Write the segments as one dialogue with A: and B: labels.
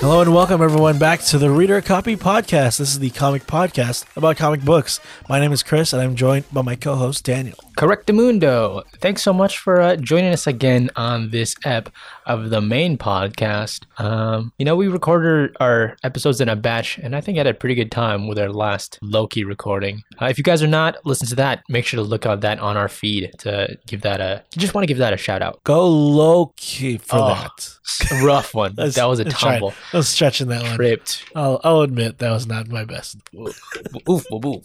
A: Hello and welcome everyone back to the Reader Copy Podcast. This is the comic podcast about comic books. My name is Chris and I'm joined by my co-host Daniel.
B: Correctamundo. Thanks so much for uh, joining us again on this ep of the main podcast. Um, you know, we recorded our episodes in a batch, and I think I had a pretty good time with our last Loki recording. Uh, if you guys are not, listen to that. Make sure to look out that on our feed to give that a. Just want to give that a shout out.
A: Go Loki for
B: Oh,
A: that.
B: Rough one.
A: That's-
B: that was a
A: I tried.
B: tumble.
A: I was stretching that one.
B: Tripped.
A: I'll, I'll admit that was not my best.
B: Oof, boo, boo.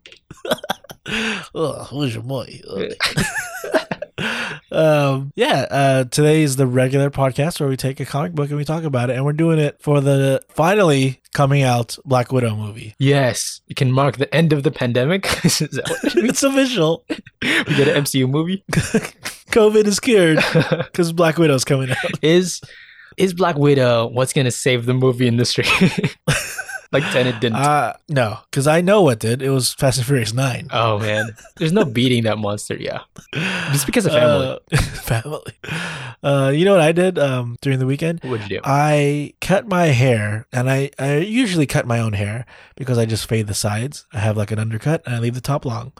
A: Ugh, who's your boy? Ugh. um, yeah, uh, today is the regular podcast where we take a comic book and we talk about it, and we're doing it for the finally coming out Black Widow movie.
B: Yes, it can mark the end of the pandemic. Is that what-
A: it's official.
B: we get an MCU movie.
A: COVID is cured because Black Widow's coming out.
B: is is Black Widow what's gonna save the movie industry? like Tenet didn't.
A: Uh, no, because I know what did. It was Fast and Furious 9.
B: oh man, there's no beating that monster. Yeah, just because of family.
A: Uh, family. Uh, you know what I did um, during the weekend?
B: What'd you do?
A: I cut my hair, and I, I usually cut my own hair because I just fade the sides. I have like an undercut, and I leave the top long.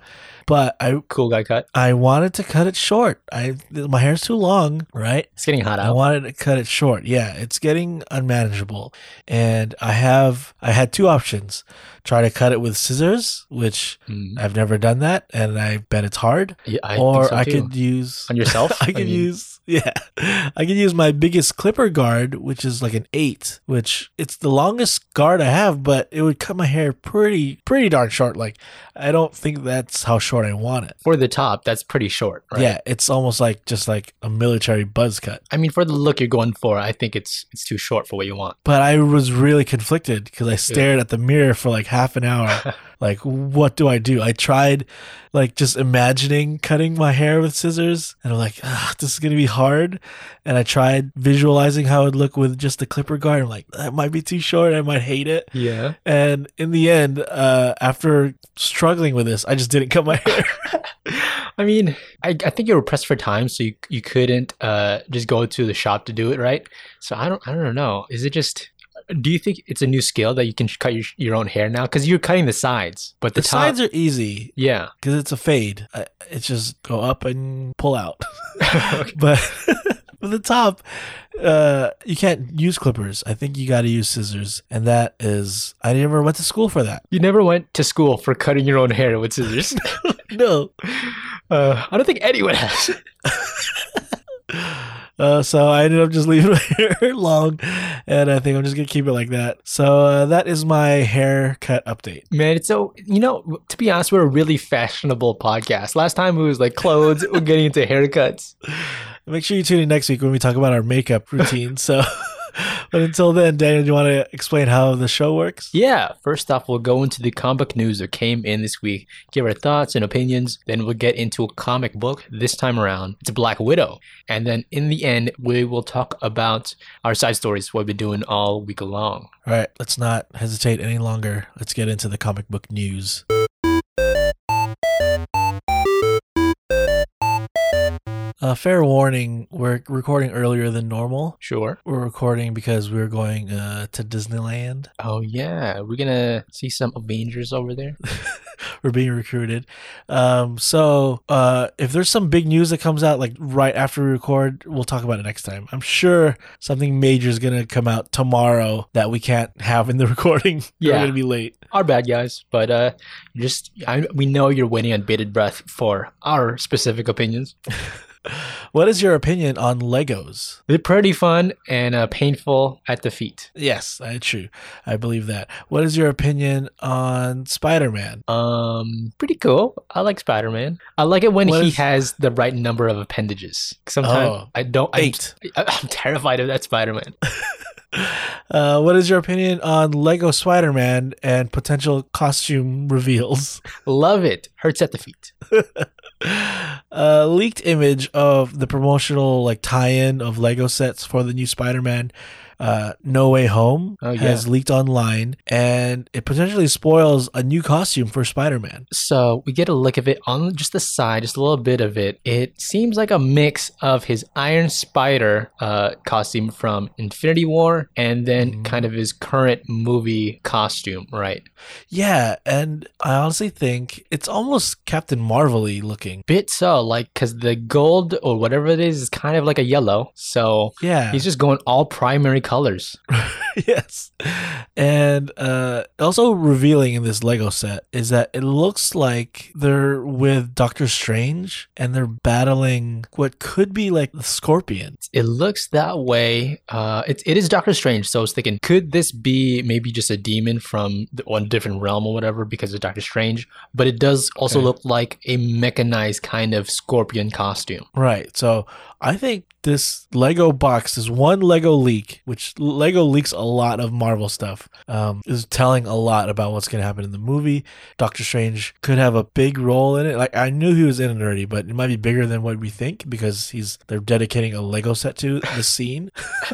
A: But I
B: cool guy cut.
A: I wanted to cut it short. I my hair's too long, right?
B: It's getting hot
A: I
B: out.
A: wanted to cut it short. Yeah, it's getting unmanageable, and I have I had two options: try to cut it with scissors, which
B: Mm.
A: I've never done that, and I bet it's hard,
B: Yeah, I
A: or
B: think so
A: I
B: too.
A: could use
B: on yourself.
A: I could
B: mean,
A: use yeah, I could use my biggest clipper guard, which is like an eight, which it's the longest guard I have, but it would cut my hair pretty pretty darn short. Like I don't think that's how short I want it.
B: for the top. That's pretty short, right?
A: Yeah, it's almost like just like a military buzz cut.
B: I mean, for the look you're going for, I think it's it's too short for what you want.
A: But I was really conflicted because I stared at the mirror for like half an hour. like, what do I do? I tried, like, just imagining cutting my hair with scissors, and I'm like, ah, this is gonna be hard. And I tried visualizing how it would look with just the clipper guard. I'm like, that might be too short. I might hate it.
B: Yeah.
A: And in the end, uh, after struggling with this, I just didn't cut my hair.
B: I mean, I, I think you were pressed for time, so you you couldn't uh, just go to the shop to do it, right? So I don't I don't know. Is it just? Do you think it's a new skill that you can cut your, your own hair now? Because you're cutting the sides, but the,
A: the
B: top,
A: sides are easy
B: yeah.
A: because it's a fade. I, it's just go up and pull out. but for the top uh you can't use clippers i think you got to use scissors and that is i never went to school for that
B: You never went to school for cutting your own hair with scissors.
A: no
B: uh, I don't think anyone has.
A: uh, so i ended up just leaving my hair long and i think i'm just gonna keep it like that so uh, that is my haircut update
B: Man, it's so you know. To be honest, we're a really fashionable podcast. Last time it was like clothes. we're getting into haircuts.
A: make sure you tune in next week when we talk about our makeup routine so but until then daniel do you want to explain how the show works
B: Yeah, first off, we'll go into the comic news that came in this week, give our thoughts and opinions, then we'll get into a comic book this time around. It's Black Widow. And then in the end, we will talk about our side stories, what we've been doing all week long.
A: all right let's not hesitate any longer let's get into the comic book news Uh, fair warning, we're recording earlier than normal.
B: Sure.
A: We're recording because we're going uh, to Disneyland.
B: Oh, yeah. We're going to see some Avengers over there.
A: We're being recruited. Um, so uh, if there's some big news that comes out like right after we record, we'll talk about it next time. I'm sure something major is going to come out tomorrow that we can't have in the recording. We're
B: Yeah.
A: going to be late.
B: Our bad guys, but uh, just I, we know you're waiting on bated breath for our specific opinions.
A: What is your opinion on Legos?
B: They're pretty fun and uh, painful at the feet.
A: Yes, I true. I believe that. What is your opinion on Spider-Man?
B: Um, pretty cool. I like Spider Man. I like it when
A: What
B: he
A: is-
B: has the right number of appendages. Sometimes
A: Oh,
B: I don't. I'm,
A: Eight.
B: I, I'm terrified of that Spider Man.
A: Uh, what is your opinion on Lego Spider Man and potential costume reveals?
B: Love it. Hurts at the feet.
A: uh, leaked image of the promotional like tie-in of Lego sets for the new Spider Man uh, No Way Home
B: Oh, yeah.
A: has leaked online, and it potentially spoils a new costume for Spider Man.
B: So we get a look of it on just the side, just a little bit of it. It seems like a mix of his Iron Spider uh, costume from Infinity War and then
A: Mhm.
B: kind of his current movie costume, right?
A: Yeah, and I honestly think it's almost Captain Marvel y looking.
B: Bit so, like, because the gold or whatever it is is kind of like a yellow. So
A: Yeah.
B: he's just going all primary colors.
A: yes. And uh, also revealing in this Lego set is that it looks like they're with Doctor Strange and they're battling what could be like the Scorpion.
B: It looks that way. Uh, it, it is Doctor Strange. So I was thinking, could this be maybe just a demon from the, one different realm or whatever because of Doctor Strange? But it does also
A: Okay.
B: look like a mechanized kind of scorpion costume.
A: Right. So I think this Lego box, this one Lego leak, which Lego leaks a lot of Marvel stuff, um, is telling a lot about what's going to happen in the movie. Doctor Strange could have a big role in it. Like I knew he was in it already, but it might be bigger than what we think because he's they're dedicating a Lego set to the scene.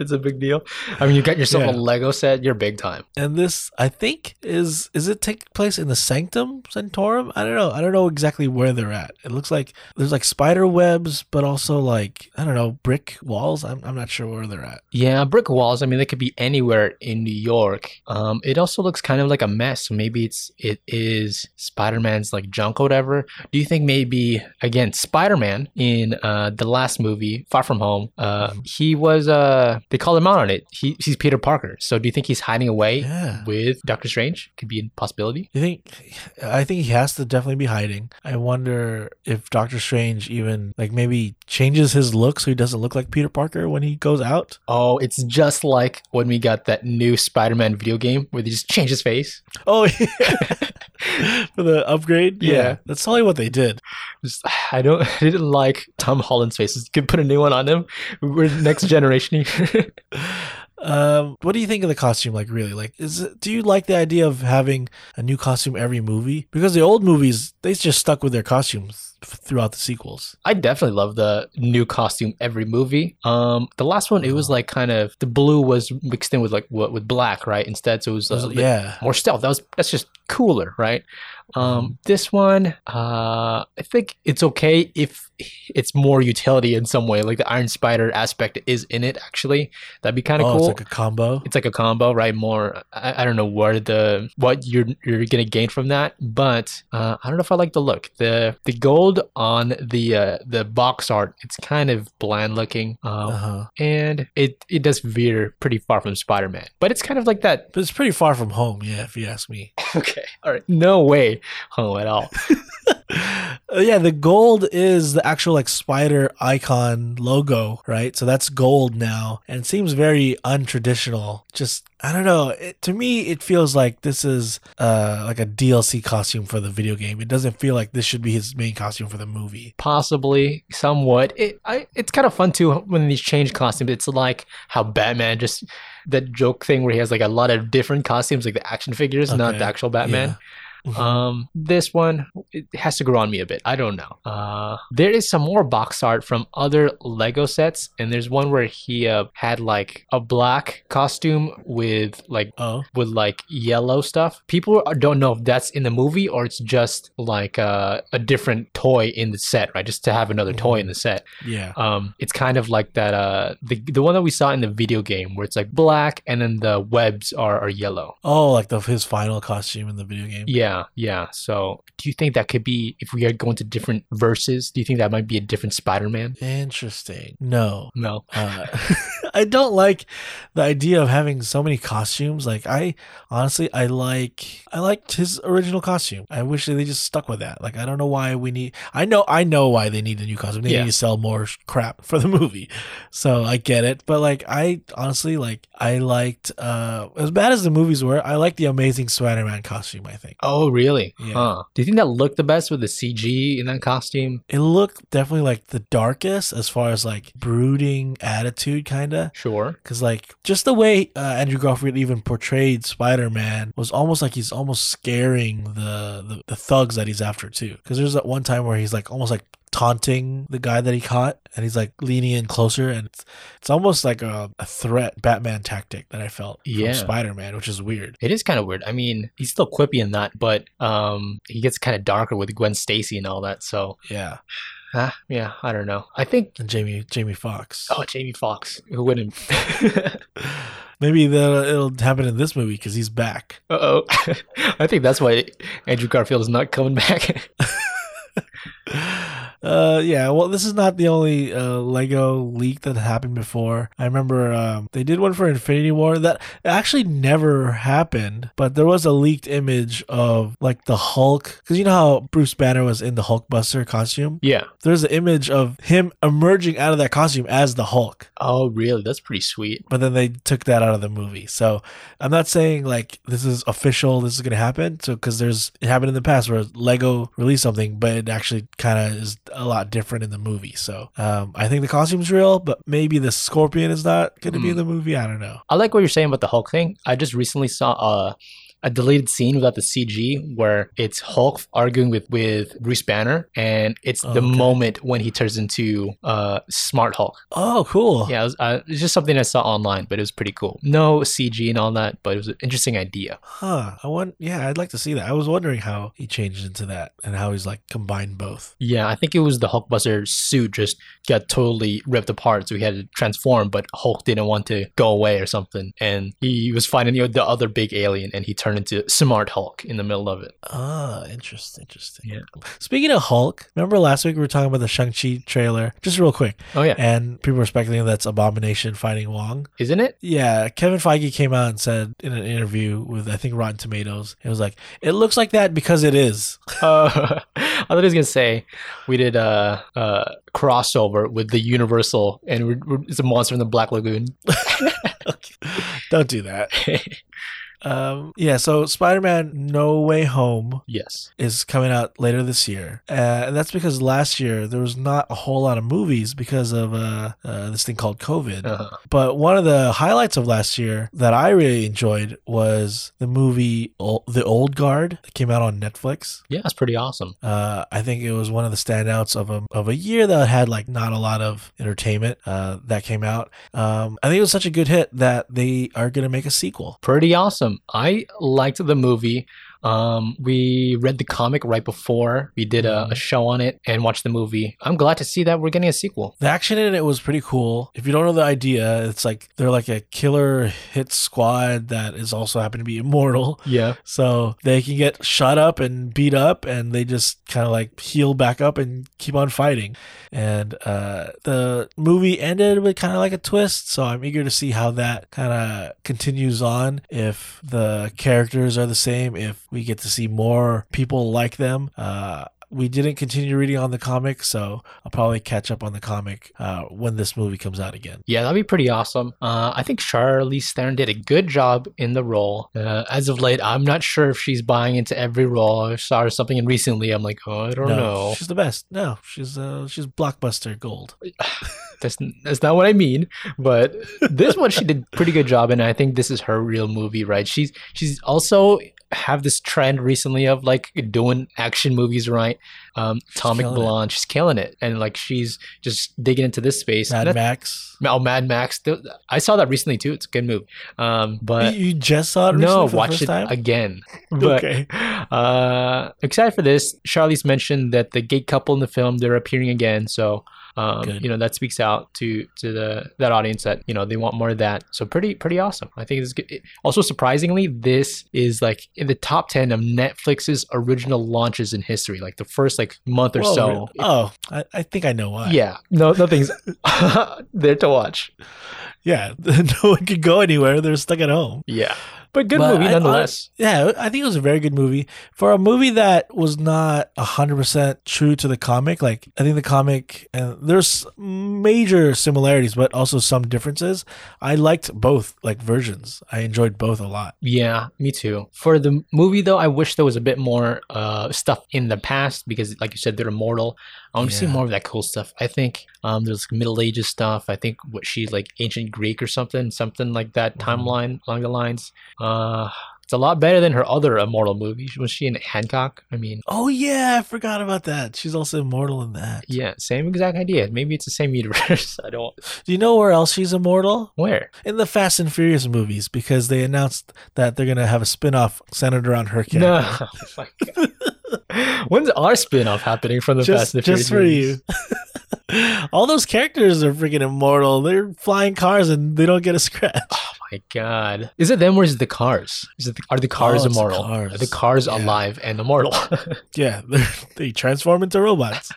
B: It's a big deal. I mean, you got yourself
A: Yeah.
B: a Lego set. You're big time.
A: and this I think is is it take place in the Sanctum Sanctorum? I don't know. I don't know exactly where they're at. It looks like there's like spider webs, but also like I don't know brick walls. I'm I'm not sure where they're at.
B: Yeah, brick walls. I mean, they could be anywhere in New York. Um, it also looks kind of like a mess. So maybe it's it is Spider Man's like junk or whatever. Do you think maybe again Spider Man in uh, the last movie Far From Home? Uh, he was uh they called him out on it. He, he's Peter Parker. So do you think he's hiding away
A: Yeah.
B: with Doctor Strange? Could be a possibility.
A: You think? I think he has to definitely be hiding. I wonder if Doctor Strange even like maybe changes his look so he doesn't look like Peter Parker when he goes out.
B: Oh, it's just like when we got that new Spider Man video game where they just change his face.
A: Oh yeah, for the upgrade.
B: Yeah.
A: that's totally what they did.
B: Just- I don't. I didn't like Tom Holland's faces. Could put a new one on him. We're next generation here.
A: Um, what do you think of the costume? Like, really, like, is it, do you like the idea of having a new costume every movie? Because the old movies, they just stuck with their costumes f- throughout the sequels.
B: I definitely love the new costume every movie. Um, the last one it was like kind of the blue was mixed in with like what with black, right? Instead, so it was uh,
A: Those- yeah,
B: more stealth. That was that's just cooler, right? Um, this one, uh, I think it's okay if it's more utility in some way. Like the Iron Spider aspect is in it actually. That'd be kind of
A: oh,
B: cool.
A: it's like a combo.
B: it's like a combo, right? More, I, I don't know where the what you're you're gonna gain from that, but uh, I don't know if I like the look. the The gold on the uh, the box art, it's kind of bland looking,
A: Uh
B: um,
A: huh.
B: and it it does veer pretty far from Spider Man. But it's kind of like that.
A: But it's pretty far from home, yeah, if you ask me.
B: Okay, all right, no way home at all.
A: Uh, yeah, the gold is the actual like spider icon logo, right? So that's gold now, and it seems very untraditional. Just I don't know. It, to me, it feels like this is uh like a DLC costume for the video game. It doesn't feel like this should be his main costume for the movie.
B: possibly somewhat it I, it's kind of fun too when these change costumes it's like how batman just that joke thing where he has like a lot of different costumes like the action figures not
A: Okay,
B: the actual batman
A: yeah. Mhm.
B: um this one it has to grow on me a bit i don't know uh there is some more box art from other lego sets and there's one where he uh, had like a black costume with like
A: Oh,
B: with like yellow stuff. People are- don't know if that's in the movie or it's just like uh, a, a different toy in the set, right? Just to have another toy in the set.
A: yeah.
B: Um, it's kind of like that. Uh, the the one that we saw in the video game where it's like black and then the webs are are yellow.
A: Oh, like the his final costume in the video game.
B: Yeah, yeah. So, do you think that could be if we are going to different verses? Do you think that might be a different Spider-Man?
A: Interesting. No.
B: No.
A: Uh, I don't like the idea of having so many costumes. Like I honestly, I like I liked his original costume. I wish they just stuck with that. Like I don't know why we need. I know I know why they need a new costume. They
B: Yeah.
A: need to sell more sh- crap for the movie, so I get it. But like I honestly like I liked uh as bad as the movies were. I liked the Amazing Spider-Man costume. I think.
B: Oh, really?
A: Yeah.
B: Huh. Do you think that looked the best with the CG in that costume?
A: It looked definitely like the darkest as far as like brooding attitude, kind of.
B: Sure.
A: Because, like, just the way uh, Andrew Garfield even portrayed Spider Man was almost like he's almost scaring the, the, the thugs that he's after, too. Because there's that one time where he's like almost like taunting the guy that he caught, and he's like leaning in closer, and it's, it's almost like a, a threat Batman tactic that I felt
B: Yeah.
A: from Spider Man, which is weird.
B: It is kind of weird. I mean, he's still quippy in that, but um, he gets kind of darker with Gwen Stacy and all that. So,
A: Yeah,
B: ah, yeah, I don't know. I think
A: and Jamie Jamie Fox.
B: oh, Jamie Fox, who wouldn't?
A: Maybe that it'll happen in this movie because he's back.
B: uh oh, I think that's why Andrew Garfield is not coming back.
A: Uh, yeah. Well, this is not the only uh, Lego leak that happened before. I remember um, they did one for Infinity War that actually never happened, but there was a leaked image of like the Hulk because you know how Bruce Banner was in the Hulkbuster costume.
B: yeah.
A: There's an image of him emerging out of that costume as the Hulk.
B: Oh, really? That's pretty sweet.
A: but then they took that out of the movie. So I'm not saying like this is official, this is going to happen. So because there's it happened in the past where Lego released something, but it actually kind of is a lot different in the movie. So um, I think the costume's real, but maybe the scorpion is not going to
B: Mm.
A: be in the movie. I don't know.
B: I like what you're saying about the Hulk thing. I just recently saw a a deleted scene without the CG where it's Hulk arguing with with Bruce Banner, and it's the
A: Okay.
B: moment when he turns into uh Smart Hulk.
A: Oh, cool.
B: Yeah, it was, uh, it's just something I saw online, but it was pretty cool. No CG and all that, but it was an interesting idea.
A: Huh. I want. Yeah, I'd like to see that. I was wondering how he changed into that and how he's like combined both.
B: Yeah, I think it was the Hulkbuster suit just got totally ripped apart, so he had to transform, but Hulk didn't want to go away or something, and he was fighting you know, the other big alien, and he turned into Smart Hulk in the middle of it.
A: Ah, interesting, interesting.
B: Yeah.
A: Speaking of Hulk, remember last week we were talking about the Shang-Chi trailer? Just real quick.
B: Oh yeah,
A: and people were speculating that's Abomination fighting Wong.
B: isn't it?
A: Yeah, Kevin Feige came out and said in an interview with I think Rotten Tomatoes, it was like it looks like that because it is.
B: Uh, I thought he was gonna say we did a, a crossover with the Universal, and we're, we're, it's a monster in the Black Lagoon.
A: Don't do that. Um, yeah, so Spider-Man: No Way Home
B: yes.
A: is coming out later this year, uh, and that's because last year there was not a whole lot of movies because of uh, uh, this thing called COVID.
B: Uh-huh.
A: But one of the highlights of last year that I really enjoyed was the movie Ol- The Old Guard that came out on Netflix.
B: Yeah, that's pretty awesome.
A: Uh, I think it was one of the standouts of a of a year that had like not a lot of entertainment uh, that came out. Um, I think it was such a good hit that they are going to make a sequel.
B: pretty awesome. I liked the movie. Um, we read the comic right before we did a, a show on it and watched the movie. I'm glad to see that we're getting a sequel.
A: The action in it was pretty cool. If you don't know the idea, it's like they're like a killer hit squad that is also happen to be immortal.
B: Yeah.
A: So they can get shot up and beat up, and they just kind of like heal back up and keep on fighting. And uh, the movie ended with kind of like a twist, so I'm eager to see how that kind of continues on. If the characters are the same, if we get to see more people like them. Uh, we didn't continue reading on the comic, so I'll probably catch up on the comic uh, when this movie comes out again.
B: Yeah, that'd be pretty awesome. Uh, I think Charlize Theron did a good job in the role. Uh, as of late, I'm not sure if she's buying into every role. I saw her something in recently. I'm like, oh, I don't know.
A: she's the best. No, she's uh, she's blockbuster gold.
B: That's that's not what I mean. But this one she did pretty good job, and I think this is her real movie, right? She's she's also have this trend recently of like doing action movies, right? Um, Atomic
A: killing it.
B: Blonde, she's killing it, and like she's just digging into this space.
A: Mad
B: And that-
A: Max.
B: Oh, Mad Max! Th- I saw that recently too. It's a good movie. Um, but
A: you, you just saw it recently
B: no,
A: for the
B: watch
A: first
B: it
A: time?
B: again. But
A: okay.
B: uh, excited for this. Charlize mentioned that the gay couple in the film they're appearing again, so um,
A: Good.
B: you know that speaks out to to the that audience that you know they want more of that. So pretty pretty awesome. I think it's good. It- also surprisingly, this is like in the top ten of Netflix's original launches in history, like the first like month or
A: Whoa,
B: so.
A: really? Oh, I, I think I know why.
B: Yeah, no, nothing's there to watch.
A: Yeah. no one could go anywhere. They're stuck at home.
B: Yeah, but good
A: But
B: movie
A: I-
B: nonetheless.
A: Yeah, I think it was a very good movie. For a movie that was not 100% true to the comic, like, I think the comic, and there's major similarities, but also some differences. I liked both, like, versions. I enjoyed both a lot.
B: Yeah, me too. For the movie though, I wish there was a bit more uh stuff in the past because like you said, they're immortal. I want to see
A: Yeah.
B: more of that cool stuff. I think um there's Middle Ages stuff. I think what she's like ancient Greek or something, something like that
A: Mhm.
B: timeline along the lines. Uh It's a lot better than her other Immortal movie. Was she in Hancock? I mean,
A: Oh yeah, I forgot about that. She's also immortal in that.
B: yeah, same exact idea. Maybe it's the same universe. I don't.
A: Do you know where else she's immortal?
B: Where?
A: In the Fast and Furious movies, because they announced that they're gonna have a spin-off centered around her character.
B: No. Oh my God. When's our spin off happening from the Fast
A: just,
B: and the
A: just for
B: Furious
A: you.
B: movies?
A: All those characters are freaking immortal. They're flying cars and they don't get a scratch.
B: My God, is it them or is it the cars? Is it the, are the cars
A: Oh, it's the
B: immortal?
A: cars.
B: Are the cars
A: Yeah.
B: alive and immortal?
A: yeah, they're- they transform into robots.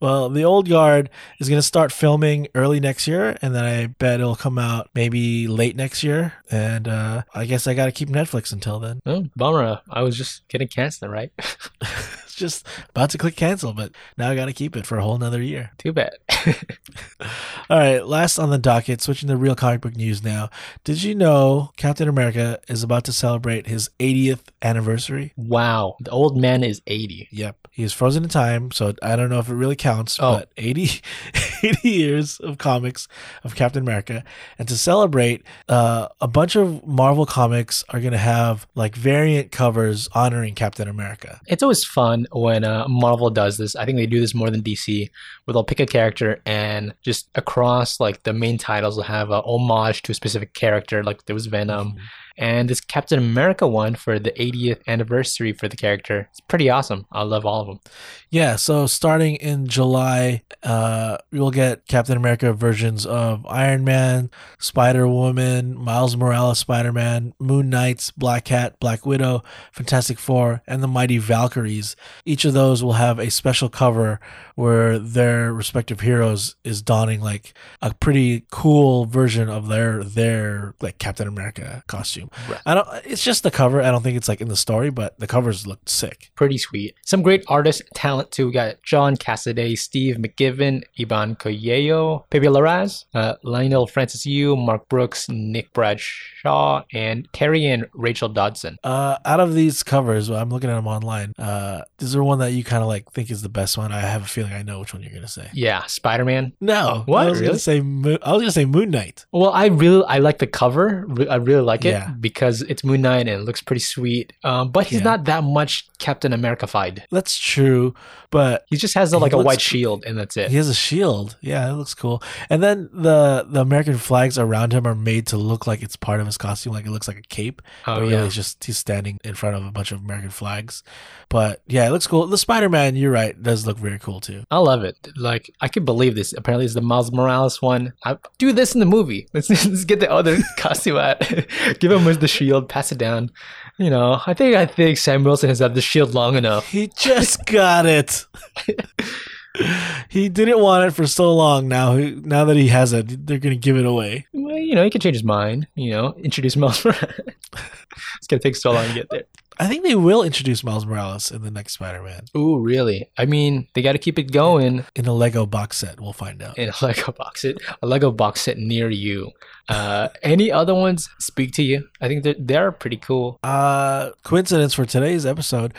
A: well, the old guard is going to start filming early next year, and then I bet it'll come out maybe late next year. And uh, I guess I got to keep Netflix until then.
B: oh, bummer. I was just gonna cancel it, right?
A: It's just about to click cancel, but now I got to keep it for a whole nother year.
B: Too bad.
A: All right, last on the docket, switching to real comic book news now. Did you know Captain America is about to celebrate his 80th anniversary?
B: wow, the old man is eighty.
A: Yep. He is frozen in time, so I don't know if it really counts,
B: Oh.
A: but 80, 80 years of comics of Captain America. And to celebrate, uh, a bunch of Marvel comics are going to have like variant covers honoring Captain America.
B: It's always fun when uh, Marvel does this. I think they do this more than DC, where they'll pick a character and just across like the main titles will have a homage to a specific character. Like there was Venom, and this Captain America one for the 80th anniversary for the character. It's pretty awesome. I love all of them.
A: Yeah, so starting in July, uh, you'll get Captain America versions of Iron Man, Spider Woman, Miles Morales Spider Man, Moon Knights, Black Cat, Black Widow, Fantastic Four, and the Mighty Valkyries. Each of those will have a special cover where their respective heroes is donning like a pretty cool version of their their like Captain America costume.
B: Right.
A: I don't. It's just the cover. I don't think it's like in the story, but the covers look sick.
B: pretty sweet. Some great artist talent too. We got John Cassaday, Steve McGivern, Ivan Coelho, Pepe Larraz, uh, Lionel Francis Yu, Mark Brooks, Nick Bradshaw, and Terry and Rachel Dodson.
A: Uh, out of these covers, I'm looking at them online. Uh, is there one that you kind of like think is the best one? I have a feeling I know which one you're gonna say.
B: Yeah, Spider Man.
A: No,
B: What?
A: I was
B: Really?
A: gonna say. Mo- I was gonna say Moon Knight.
B: Well, I really I like the cover. Re- I really like it
A: Yeah.
B: because it's Moon Knight and it looks pretty sweet. Um, but he's
A: Yeah.
B: not that much Captain America fied.
A: That's true, but
B: He just has a,
A: He
B: like a
A: looks-
B: white shield and that's it.
A: he has a shield. Yeah, it looks cool. And then the the American flags around him are made to look like it's part of his costume, like it looks like a cape.
B: Oh
A: but really,
B: yeah.
A: it's just he's standing in front of a bunch of American flags. But yeah, it looks cool. The Spider Man, you're right, does look very cool too.
B: I love it. Like I can believe this. Apparently, it's the Miles Morales one. I, do this in the movie. Let's, let's get the other costume out. Give him the shield. Pass it down. You know, I think I think Sam Wilson has had the shield long enough.
A: He just got it. he didn't want it for so long. Now, he, now that he has it, they're gonna give it away.
B: Well, you know, he can change his mind. You know, introduce Miles Morales. it's gonna take so long to get there.
A: I think they will introduce Miles Morales in the next Spider-Man
B: Ooh, really? I mean, they got to keep it going
A: in a Lego box set. We'll find out.
B: in a Lego box set, a Lego box set near you. Uh, any other ones speak to you? I think they're, they're pretty cool.
A: Uh, coincidence for today's episode.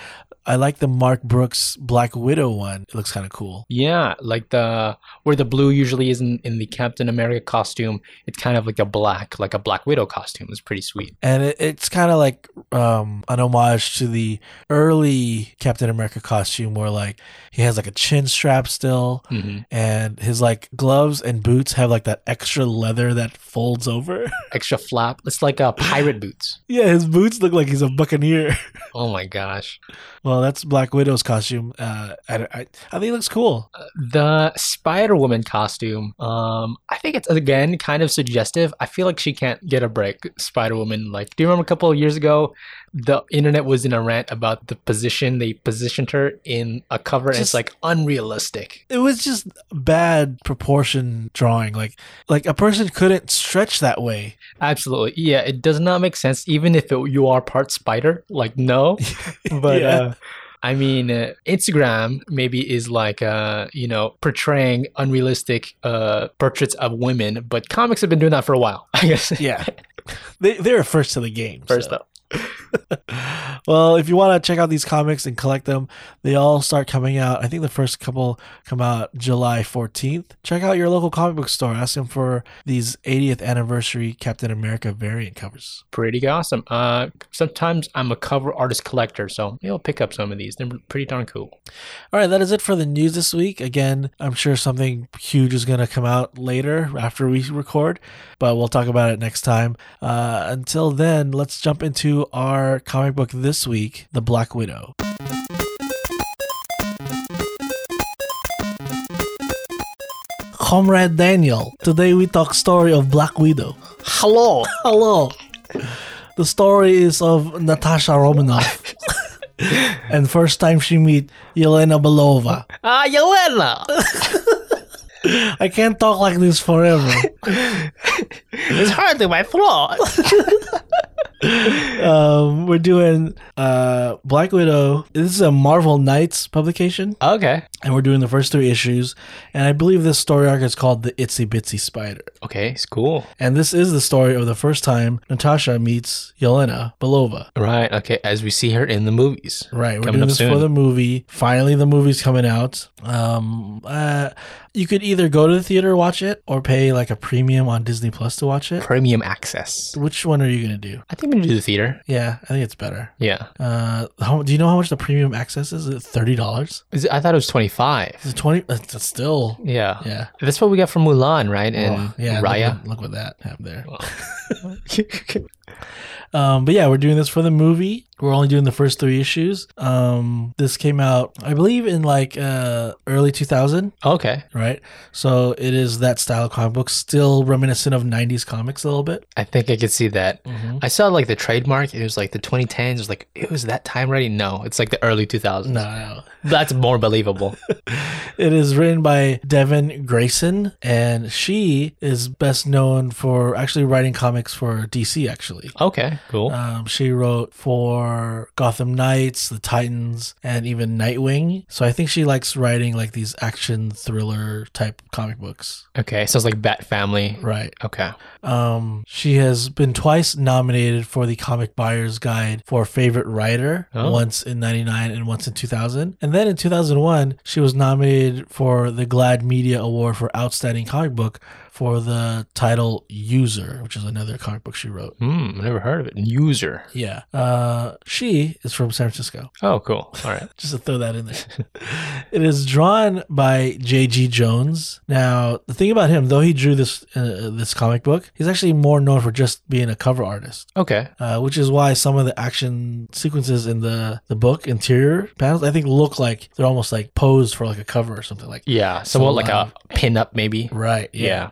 A: I like the Mark Brooks Black Widow one. It looks kind of cool.
B: Yeah, like the where the blue usually isn't in the Captain America costume, it's kind of like a black, like a Black Widow costume. It's pretty sweet.
A: and it, it's kind of like um, an homage to the early Captain America costume, where like he has like a chin strap still,
B: Mhm.
A: and his like gloves and boots have like that extra leather that folds over.
B: Extra flap. It's like a pirate boots.
A: yeah, his boots look like he's a buccaneer.
B: Oh my gosh.
A: well, that's Black Widow's costume. Uh, I, I, I think it looks cool.
B: The Spider Woman costume, um, I think it's again kind of suggestive. I feel like she can't get a break. Spider Woman, like, do you remember a couple of years ago, the internet was in a rant about the position they positioned her in a cover, and it's
A: Just-
B: like unrealistic.
A: It was just bad proportion drawing. Like like a person couldn't stretch that way.
B: Absolutely. Yeah, it does not make sense, even if it, you are part spider. Like, no. But
A: Yeah.
B: uh, I mean, uh, Instagram maybe is like, uh, you know, portraying unrealistic uh, portraits of women, but comics have been doing that for a while, I guess.
A: Yeah, they they're first to the game.
B: First
A: so.
B: up.
A: well, if you want to check out these comics and collect them, they all start coming out. I think the first couple come out July 14th. Check out your local comic book store. Ask them for these 80th anniversary Captain America variant covers.
B: Pretty awesome. Uh, sometimes I'm a cover artist collector, so you'll pick up some of these. They're pretty darn cool.
A: All right, that is it for the news this week. Again, I'm sure something huge is going to come out later after we record, but we'll talk about it next time. Uh, until then, let's jump into our comic book this week The Black Widow. Comrade Daniel, today we talk story of Black Widow.
B: Hello.
A: Hello. The story is of Natasha Romanoff. and first time she meet Yelena Belova.
B: Ah, Yelena.
A: I can't talk like this forever.
B: it's hurting my throat.
A: um, we're doing uh, Black Widow. This is a Marvel Knights publication,
B: okay.
A: and we're doing the first three issues. And I believe this story arc is called The Itsy Bitsy Spider.
B: Okay, it's cool.
A: And this is the story of the first time Natasha meets Yelena Belova.
B: Right. Okay. As we see her in the movies.
A: Right, we're
B: Coming
A: doing
B: up
A: this for
B: soon.
A: the movie. Finally, the movie's coming out. Um, uh, you could either go to the theater watch it or pay like a premium on Disney Plus to watch it.
B: Premium access.
A: Which one are you gonna do?
B: I think we need to do the theater.
A: Yeah, I think it's better.
B: Yeah.
A: Uh, how, do you know how much the premium access is? Is it thirty dollars?
B: Is it- I thought it was twenty
A: Is
B: five.
A: it twenty? That's that's still
B: Yeah.
A: yeah.
B: That's what we got from Mulan, right? And
A: Wow. yeah, look
B: Raya.
A: what- Look, what that happened there. Um, but yeah, we're doing this for the movie. We're only doing the first three issues. Um, this came out, I believe, in like uh, early two thousand.
B: okay.
A: right? So it is that style of comic book, still reminiscent of 90s comics a little bit.
B: I think I could see that.
A: Mm-hmm.
B: I saw like the trademark. It was like the 2010s. It was like it was that time already. No, it's like the early 2000s.
A: No, no.
B: That's more believable.
A: It is written by Devin Grayson, and she is best known for actually writing comics for DC, actually.
B: Okay. Cool.
A: Um, she wrote for Gotham Knights, The Titans, and even Nightwing. So I think she likes writing like these action thriller type comic books.
B: okay. Sounds like Bat Family.
A: Right.
B: Okay.
A: Um, she has been twice nominated for the Comic Buyer's Guide for Favorite Writer,
B: Oh.
A: once in 99 and once in 2000. And then in 2001, she was nominated for the Glad Media Award for Outstanding Comic Book for the title User, which is another comic book she wrote.
B: Hmm. Never heard of it. User.
A: Yeah. Uh, she is from San Francisco.
B: Oh, cool. All right.
A: Just to throw that in there. it is drawn by J.G. Jones. Now, the thing about him, though he drew this uh, this comic book, he's actually more known for just being a cover artist.
B: Okay.
A: uh, which is why some of the action sequences in the the book interior panels I think look like they're almost like posed for like a cover or something like.
B: Yeah. Somewhat
A: So,
B: like
A: uh,
B: a pin up, maybe.
A: Right.
B: Yeah.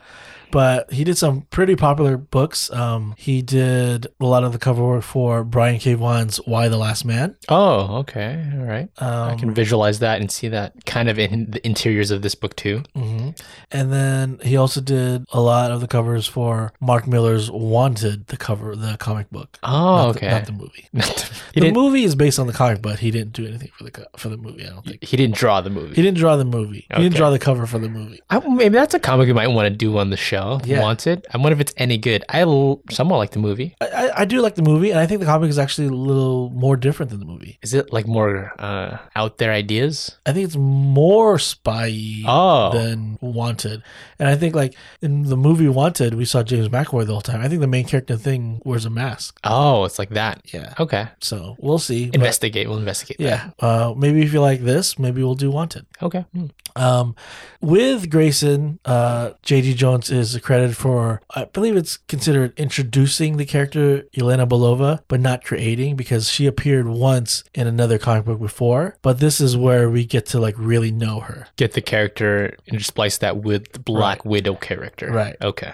A: But he did some pretty popular books. Um, he did a lot of the cover work for Brian K. Vaughan's Why the Last Man.
B: Oh, okay. All right.
A: Um,
B: I can visualize that and see that kind of in the interiors of this book too.
A: mhm. And then he also did a lot of the covers for Mark Miller's Wanted, the cover, the comic book.
B: Oh,
A: Not the-
B: okay.
A: not the movie.
B: he,
A: the
B: didn't,
A: movie is based on the comic, but he didn't do anything for the co- for the movie. I don't think.
B: he didn't draw the movie.
A: He didn't draw the movie. He didn't
B: Okay.
A: draw the cover for the movie.
B: I, maybe that's a comic we might want to do on the show.
A: Yeah.
B: Wanted. I wonder if it's any good. I l- somewhat like the movie.
A: I, I- I do like the movie, and I think the comic is actually a little more different than the movie.
B: Is it like more uh, out there ideas?
A: I think it's more spy
B: Oh,
A: than Wanted, and I think like in the movie Wanted, we saw James McAvoy the whole time. I think the main character thing wears a mask.
B: oh, it's like that.
A: Yeah,
B: Okay,
A: so we'll see. but-
B: investigate. We'll investigate.
A: yeah, uh, maybe if you like this, maybe we'll do Wanted.
B: That. Okay. Hmm.
A: Um, with Grayson, uh, J.D. Jones is credited for, I believe it's considered introducing the character Elena Belova, but not creating because she appeared once in another comic book before. But this is where we get to like really know her.
B: Get the character and splice that with the Black Widow character.
A: Right.
B: Okay.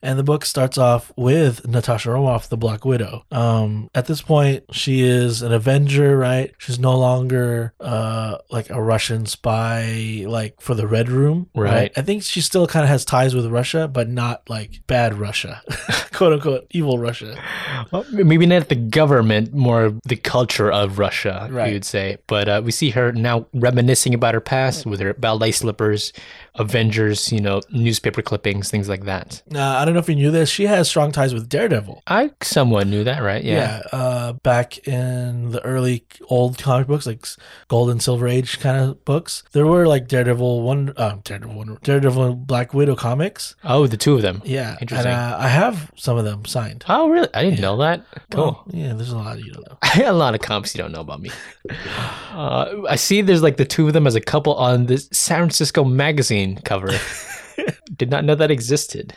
A: And the book starts off with Natasha Romanoff, the Black Widow. Um, at this point, she is an Avenger, right? She's no longer uh, like a Russian spy, like for the Red Room,
B: Right.
A: I think she still kind of has ties with Russia, but not like bad Russia, quote unquote, evil Russia.
B: Well, maybe not the government, more the culture of Russia,
A: Right.
B: you would say. But uh, we see her now reminiscing about her past with her ballet slippers, Avengers, you know, newspaper clippings, things like that.
A: uh, I don't know if you knew this, she has strong ties with Daredevil.
B: I somewhat knew that, right? Yeah.
A: uh, back in the early old comic books, like s- Gold and Silver Age kind of books, there were like Daredevil one, uh, Daredevil one, Daredevil and Black Widow comics.
B: Oh, the two of them.
A: Yeah,
B: Interesting.
A: And uh, I have some of them signed.
B: Oh, really? I didn't know that. Cool.
A: Well, yeah, there's a lot you don't know.
B: a lot of comps you don't know about me. Uh, I see there's like the two of them as a couple on this San Francisco magazine cover. Did not know that existed.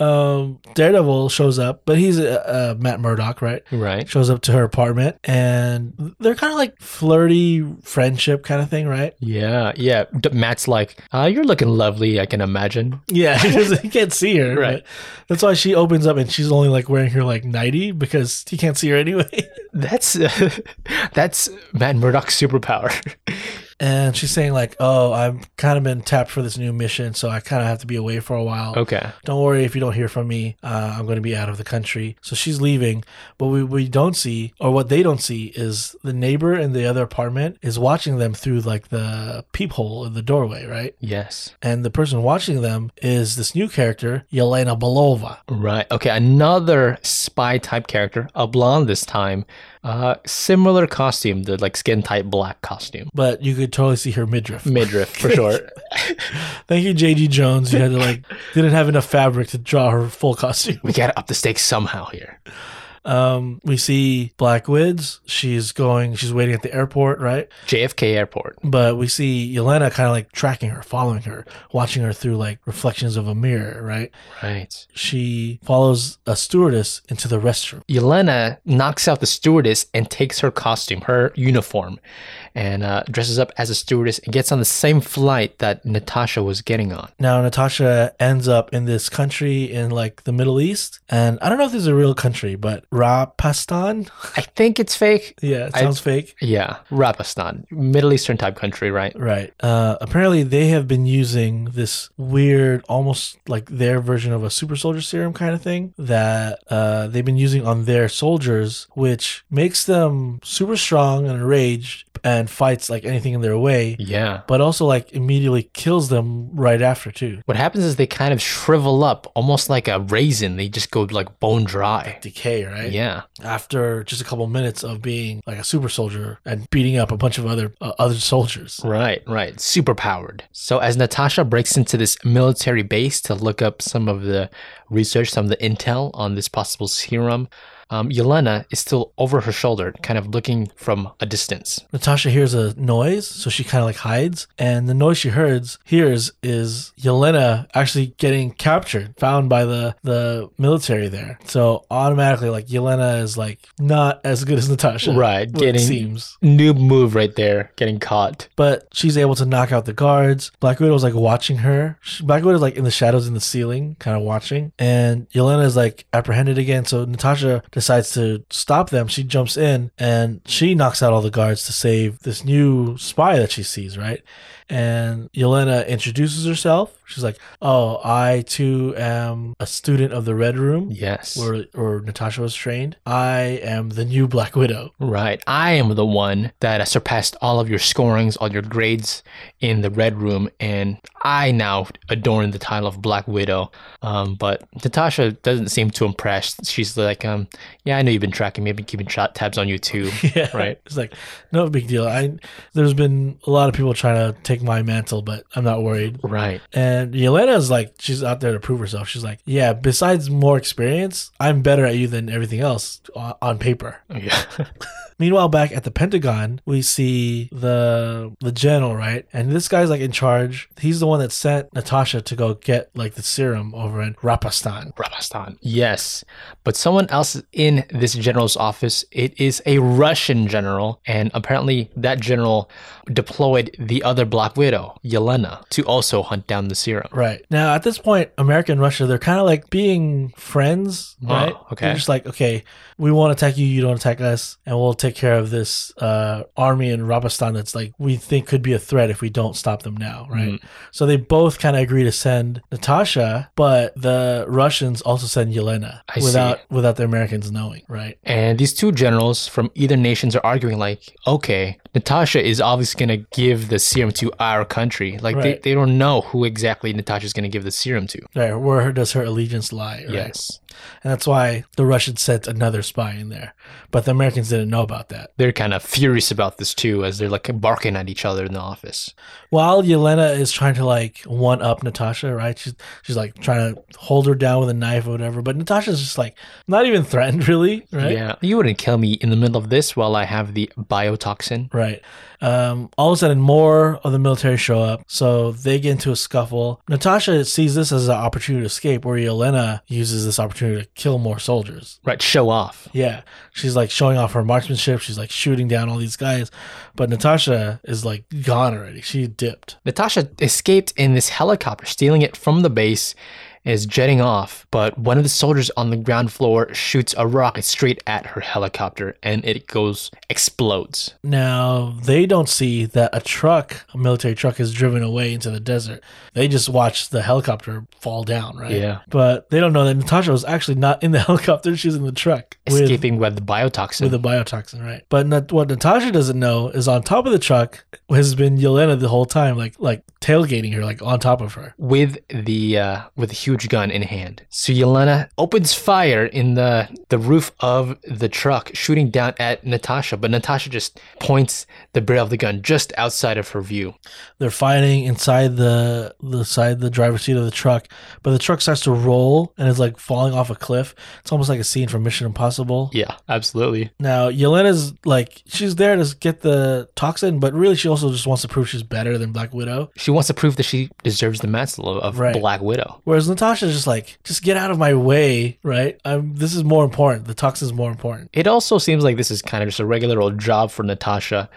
A: Um, Daredevil shows up, but he's uh, uh, Matt Murdock, right?
B: Right.
A: Shows up to her apartment, and they're kind of like flirty friendship kind of thing, right?
B: Yeah, yeah. D- Matt's like, uh, you're looking lovely, I can imagine.
A: Yeah, because he can't see her.
B: Right.
A: but That's why she opens up and she's only like wearing her like nighty because he can't see her anyway.
B: That's that's Matt Murdock's superpower.
A: And she's saying like, "Oh, I've kind of been tapped for this new mission, so I kind of have to be away for a while.
B: okay.
A: Don't worry if you don't hear from me. Uh, I'm going to be out of the country." So she's leaving, but we we don't see or what they don't see is the neighbor in the other apartment is watching them through like the peephole in the doorway, right?
B: Yes.
A: And the person watching them is this new character, Yelena Belova.
B: Right. Okay. Another spy type character, a blonde this time. Uh, similar costume, the like skin tight black costume.
A: But you could totally see her midriff.
B: Midriff for sure.
A: Thank you, JG Jones. You had to like didn't have enough fabric to draw her full costume.
B: we gotta up the stakes somehow here.
A: Um, we see Black Wids. She's going. She's waiting at the airport, right?
B: JFK Airport.
A: But we see Yelena kind of like tracking her, following her, watching her through like reflections of a mirror, right?
B: Right.
A: She follows a stewardess into the restroom.
B: Yelena knocks out the stewardess and takes her costume, her uniform, and uh, dresses up as a stewardess and gets on the same flight that Natasha was getting on.
A: Now Natasha ends up in this country in like the Middle East, and I don't know if this is a real country, but Rapastan.
B: I think it's fake.
A: Yeah, it
B: I-
A: sounds fake.
B: Yeah, Rabastan, Middle Eastern type country, right?
A: Right. Uh, apparently, they have been using this weird, almost like their version of a super soldier serum kind of thing that uh, they've been using on their soldiers, which makes them super strong and enraged and fights like anything in their way,
B: Yeah.
A: but also like immediately kills them right after, too.
B: What happens is they kind of shrivel up, almost like a raisin. They just go like bone dry.
A: Decay, right?
B: Yeah.
A: After just a couple minutes of being like a super soldier and beating up a bunch of other uh, other soldiers.
B: Right, right. Super powered. So as Natasha breaks into this military base to look up some of the research, some of the intel on this possible serum, um, Yelena is still over her shoulder, kind of looking from a distance.
A: Natasha hears a noise, so she kind of like hides, and the noise she hears hears is Yelena actually getting captured, found by the the military there. So automatically, like Yelena is like not as good as Natasha,
B: Right,
A: what it
B: getting-
A: seems,
B: Noob move right there, getting caught.
A: but she's able to knock out the guards. Black Widow's like watching her. She- Black Widow's like in the shadows in the ceiling, kind of watching, and Yelena is like apprehended again. So Natasha decides to stop them. She jumps in and she knocks out all the guards to save this new spy that she sees, right? And Yelena introduces herself. She's like, "Oh, I too am a student of the Red Room."
B: Yes.
A: Where, where Natasha was trained. I am the new Black Widow.
B: Right. I am the one that surpassed all of your scorings, all your grades in the Red Room, and I now adorn the title of Black Widow. Um, but Natasha doesn't seem too impressed. She's like, um, yeah, I know you've been tracking me. I've been keeping tra- tabs on you too.
A: Yeah.
B: Right.
A: It's like, no big deal. I there's been a lot of people trying to take my mantle, but I'm not worried.
B: right.
A: And Yelena's like, she's out there to prove herself. She's like, yeah, besides more experience, I'm better at you than everything else on, on paper.
B: Yeah.
A: Meanwhile, back at the Pentagon, we see the the general, right? And this guy's like in charge. He's the one that sent Natasha to go get like the serum over in Rapastan.
B: Rabastan. Yes. But someone else is in this general's office. It is a Russian general, and apparently that general deployed the other Black Widow, Yelena, to also hunt down the serum.
A: Right. Now, at this point, America and Russia, they're kind of like being friends, right?
B: Oh, okay.
A: They're just like, okay, we won't attack you, you don't attack us, and we'll take take care of this uh, army in Rabastan that's like we think could be a threat if we don't stop them now,
B: Mm-hmm.
A: right? So they both kind of agree to send Natasha, but the Russians also send Yelena
B: I see.
A: without without the Americans knowing, right?
B: And these two generals from either nations are arguing like, okay, Natasha is obviously gonna give the serum to our country. Like
A: Right.
B: they, they don't know who exactly Natasha's gonna give the serum to.
A: Right, where does her allegiance lie? Right?
B: Yes.
A: and that's why the Russians sent another spy in there, but the Americans didn't know about that.
B: They're kind of furious about this too, as they're like barking at each other in the office.
A: While Yelena is trying to like one up Natasha, right? She's she's like trying to hold her down with a knife or whatever, but Natasha's just like not even threatened, really, right?
B: Yeah. You wouldn't kill me in the middle of this while I have the biotoxin.
A: Right. Um, all of a sudden, more of the military show up, so they get into a scuffle. Natasha sees this as an opportunity to escape, where Yelena uses this opportunity to kill more soldiers.
B: Right, show off.
A: Yeah, she's like showing off her marksmanship. She's like shooting down all these guys, but Natasha is like gone already. She dipped.
B: Natasha escaped in this helicopter, stealing it from the base, and is jetting off. But one of the soldiers on the ground floor shoots a rocket straight at her helicopter, and it goes explodes.
A: Now, they don't see that a truck, a military truck, is driven away into the desert. They just watch the helicopter fall down, right?
B: Yeah.
A: But they don't know that Natasha was actually not in the helicopter. She was in the truck with,
B: escaping with the biotoxin.
A: with a biotoxin, right? But not, what Natasha doesn't know is on top of the truck has been Yelena the whole time, like like tailgating her, like on top of her.
B: with the uh, with a huge gun in hand. So Yelena opens fire in the the roof of the truck, shooting down at Natasha. But Natasha just points the barrel of the gun just outside of her view.
A: They're fighting inside the the side the driver's seat of the truck, but the truck starts to roll and is like falling off a cliff. It's almost like a scene from Mission Impossible.
B: Yeah, absolutely.
A: Now, Yelena's like, she's there to get the toxin, but really she also just wants to prove she's better than Black Widow.
B: She wants to prove that she deserves the mantle of, of
A: Right.
B: Black Widow.
A: Whereas Natasha's just like, just get out of my way, right? I'm, this is more important. The toxin's more important.
B: It also seems like this is kind of just a regular old job for Natasha.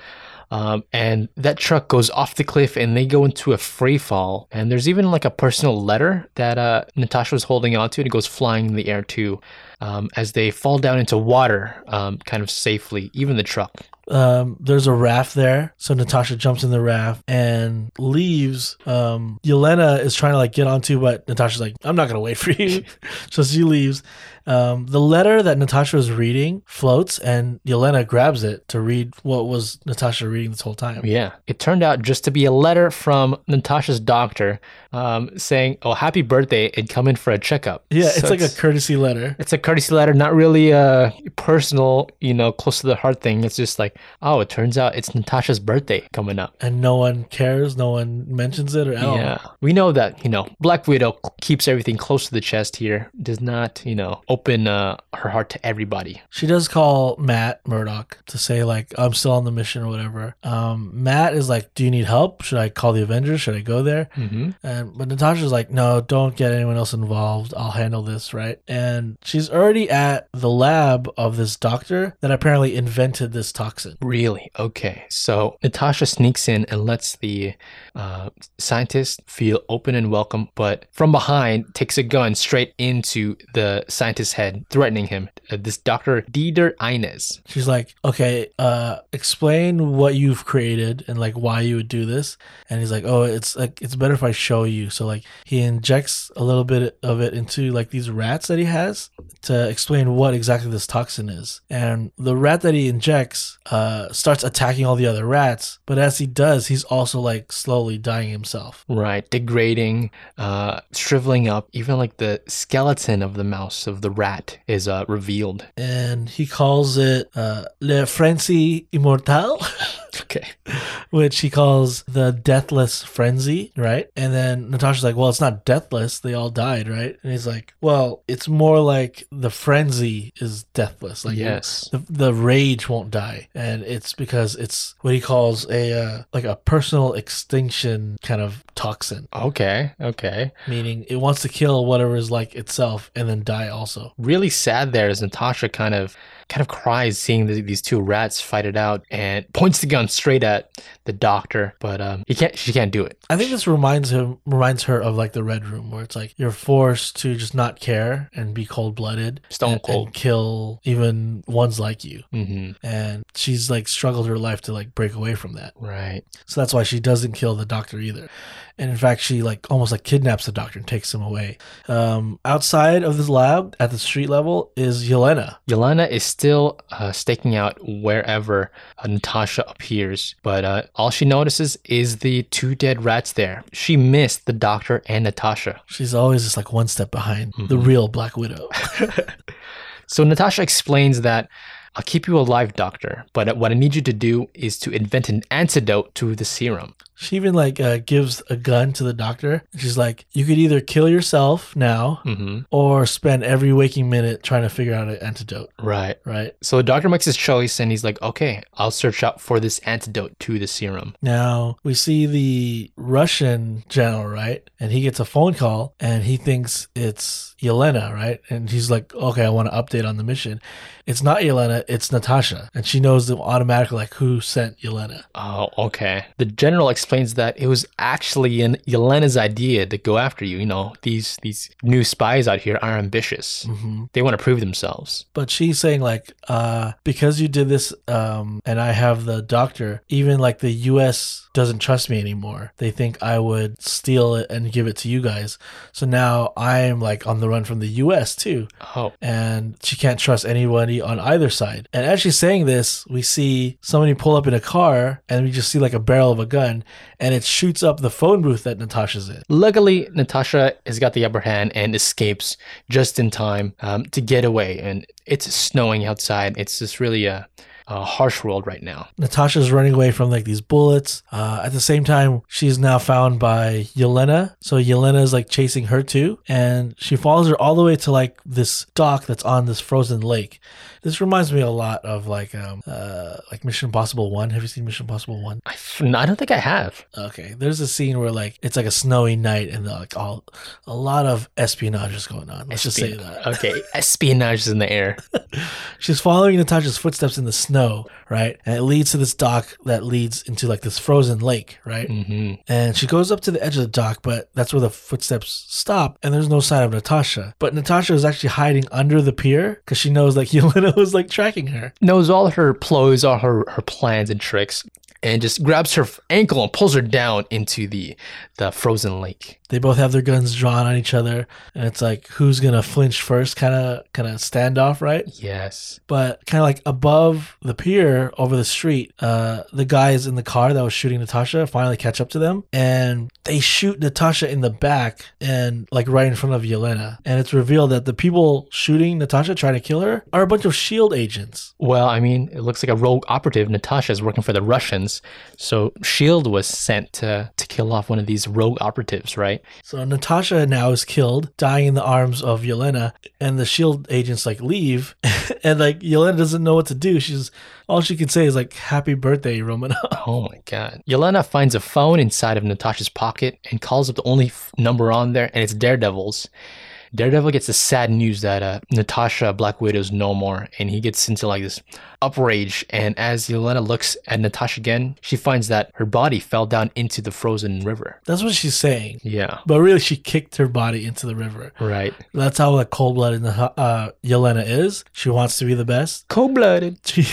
B: Um, and that truck goes off the cliff and they go into a free fall. And there's even like a personal letter that uh, Natasha was holding onto and it goes flying in the air too um, as they fall down into water um, kind of safely, even the truck.
A: Um, there's a raft there. So Natasha jumps in the raft and leaves. Um, Yelena is trying to like get onto, but Natasha's like, I'm not going to wait for you. so she leaves. Um, the letter that Natasha was reading floats and Yelena grabs it to read what was Natasha reading this whole time.
B: Yeah. It turned out just to be a letter from Natasha's doctor um, saying, Oh, happy birthday and come in for a checkup.
A: Yeah,
B: So
A: it's like a courtesy letter.
B: it's a courtesy letter, not really a personal, you know, close to the heart thing. It's just like, oh, it turns out it's Natasha's birthday coming up.
A: and no one cares, no one mentions it or at all.
B: Yeah. We know that, you know, Black Widow keeps everything close to the chest here, does not, you know, open uh, her heart to everybody.
A: She does call Matt Murdock to say like I'm still on the mission or whatever. Um, Matt is like, "Do you need help? Should I call the Avengers? Should I go there?"
B: Mm-hmm.
A: And but Natasha's like, "No, don't get anyone else involved. I'll handle this, right?" And she's already at the lab of this doctor that apparently invented this toxin.
B: Really? Okay. So Natasha sneaks in and lets the uh, scientist feel open and welcome, but from behind takes a gun straight into the scientist's head, threatening him. Uh, this Dr. Dieter Inez.
A: She's like, okay, uh, explain what you've created and like why you would do this. And he's like, oh, it's like it's better if I show you. So like he injects a little bit of it into like these rats that he has to explain what exactly this toxin is. And the rat that he injects uh, starts attacking all the other rats, but as he does, he's also like slowly dying himself.
B: Right, degrading, uh, shriveling up. Even like the skeleton of the mouse of the rat is uh, revealed.
A: And he calls it uh, Le Frenzy Immortal.
B: Okay.
A: which he calls the deathless frenzy, right? And then Natasha's like, "Well, it's not deathless. They all died, right?" And he's like, "Well, it's more like the frenzy is deathless. Like
B: Yes.
A: the, the rage won't die, and it's because it's what he calls a uh, like a personal extinction kind of toxin,
B: Okay. Okay.
A: meaning it wants to kill whatever is like itself and then die also."
B: Really sad there as Natasha kind of kind of cries seeing the, these two rats fight it out and points the gun straight at the doctor, but um, he can't. She can't do it.
A: I think this reminds him reminds her of like the Red Room, where it's like you're forced to just not care and be cold blooded,
B: Stone
A: and
B: cold.
A: kill even ones like you.
B: hmm
A: And she's like struggled her life to like break away from that.
B: Right.
A: So that's why she doesn't kill the doctor either. And in fact, she like almost like kidnaps the doctor and takes him away. Um, outside of this lab at the street level is Yelena.
B: Yelena is still uh, staking out wherever uh, Natasha appears, but uh, all she notices is the two dead rats there. She missed the doctor and Natasha.
A: She's always just like one step behind the
B: Mm-hmm.
A: real Black Widow.
B: So Natasha explains that I'll keep you alive, doctor, but what I need you to do is to invent an antidote to the serum.
A: She even like uh, gives a gun to the doctor. She's like, "You could either kill yourself now
B: hmm
A: or spend every waking minute trying to figure out an antidote."
B: Right.
A: Right
B: So the doctor makes his choice and he's like, okay, I'll search out for this antidote to the serum.
A: now, we see the Russian general, right? And he gets a phone call, and he thinks it's Yelena, right? And he's like, "Okay, I want to update on the mission." It's not Yelena; it's Natasha, and she knows them automatically, like who sent Yelena.
B: Oh, okay. The general explains that it was actually in Yelena's idea to go after you. You know, these these new spies out here are ambitious.
A: Mm-hmm.
B: They want to prove themselves.
A: But she's saying like, uh, because you did this, um, and I have the doctor. Even like the U.S. doesn't trust me anymore. They think I would steal it and give it to you guys. So now I'm like on the run from the U.S. too,
B: Oh,
A: and she can't trust anybody on either side. And as she's saying this, we see somebody pull up in a car, and we just see like a barrel of a gun, and it shoots up the phone booth that Natasha's in.
B: luckily Natasha has got the upper hand and escapes just in time um, to get away. And it's snowing outside. It's just really a, a harsh world right now.
A: Natasha's running away from like these bullets. Uh, at the same time, she's now found by Yelena. So Yelena is like chasing her too, and she follows her all the way to like this dock that's on this frozen lake. This reminds me a lot of like um uh like Mission Impossible One. Have you seen Mission Impossible One?
B: I, f- I don't think I have.
A: Okay, there's a scene where like it's like a snowy night and like all a lot of espionage is going on. Let's just say
B: Espi-
A: that.
B: Okay, espionage is in the air.
A: She's following Natasha's footsteps in the snow, right? And it leads to this dock that leads into like this frozen lake, right?
B: hmm
A: And she goes up to the edge of the dock, but that's where the footsteps stop, and there's no sign of Natasha. But Natasha is actually hiding under the pier because she knows like Yelena was like tracking her.
B: knows all her ploys, all her, her plans and tricks, and just grabs her ankle and pulls her down into the the frozen lake.
A: They both have their guns drawn on each other, and it's like who's gonna flinch first, kind of kind of standoff, right?
B: Yes.
A: But kind of like above the pier, over the street, uh, the guys in the car that was shooting Natasha finally catch up to them, and they shoot Natasha in the back and like right in front of Yelena. And it's revealed that the people shooting Natasha, trying to kill her, are a bunch of Shield E agents.
B: Well, I mean, it looks like a rogue operative, Natasha, is working for the Russians. So Shield E was sent to to kill off one of these rogue operatives, right?
A: So Natasha now is killed, dying in the arms of Yelena, and the Shield E agents like leave, and like Yelena doesn't know what to do. She's all she can say is like "Happy birthday, Romanov."
B: Oh my God. Yelena finds a phone inside of Natasha's pocket and calls up the only f- number on there, and it's Daredevil's. Daredevil gets the sad news that uh, Natasha Black Widow's no more, and he gets into like this uprage. And as Yelena looks at Natasha again, she finds that her body fell down into the frozen river.
A: That's what she's saying.
B: Yeah,
A: But really, she kicked her body into the river.
B: right.
A: That's how like cold blooded uh, Yelena is. She wants to be the best,
B: Cold blooded.
A: she,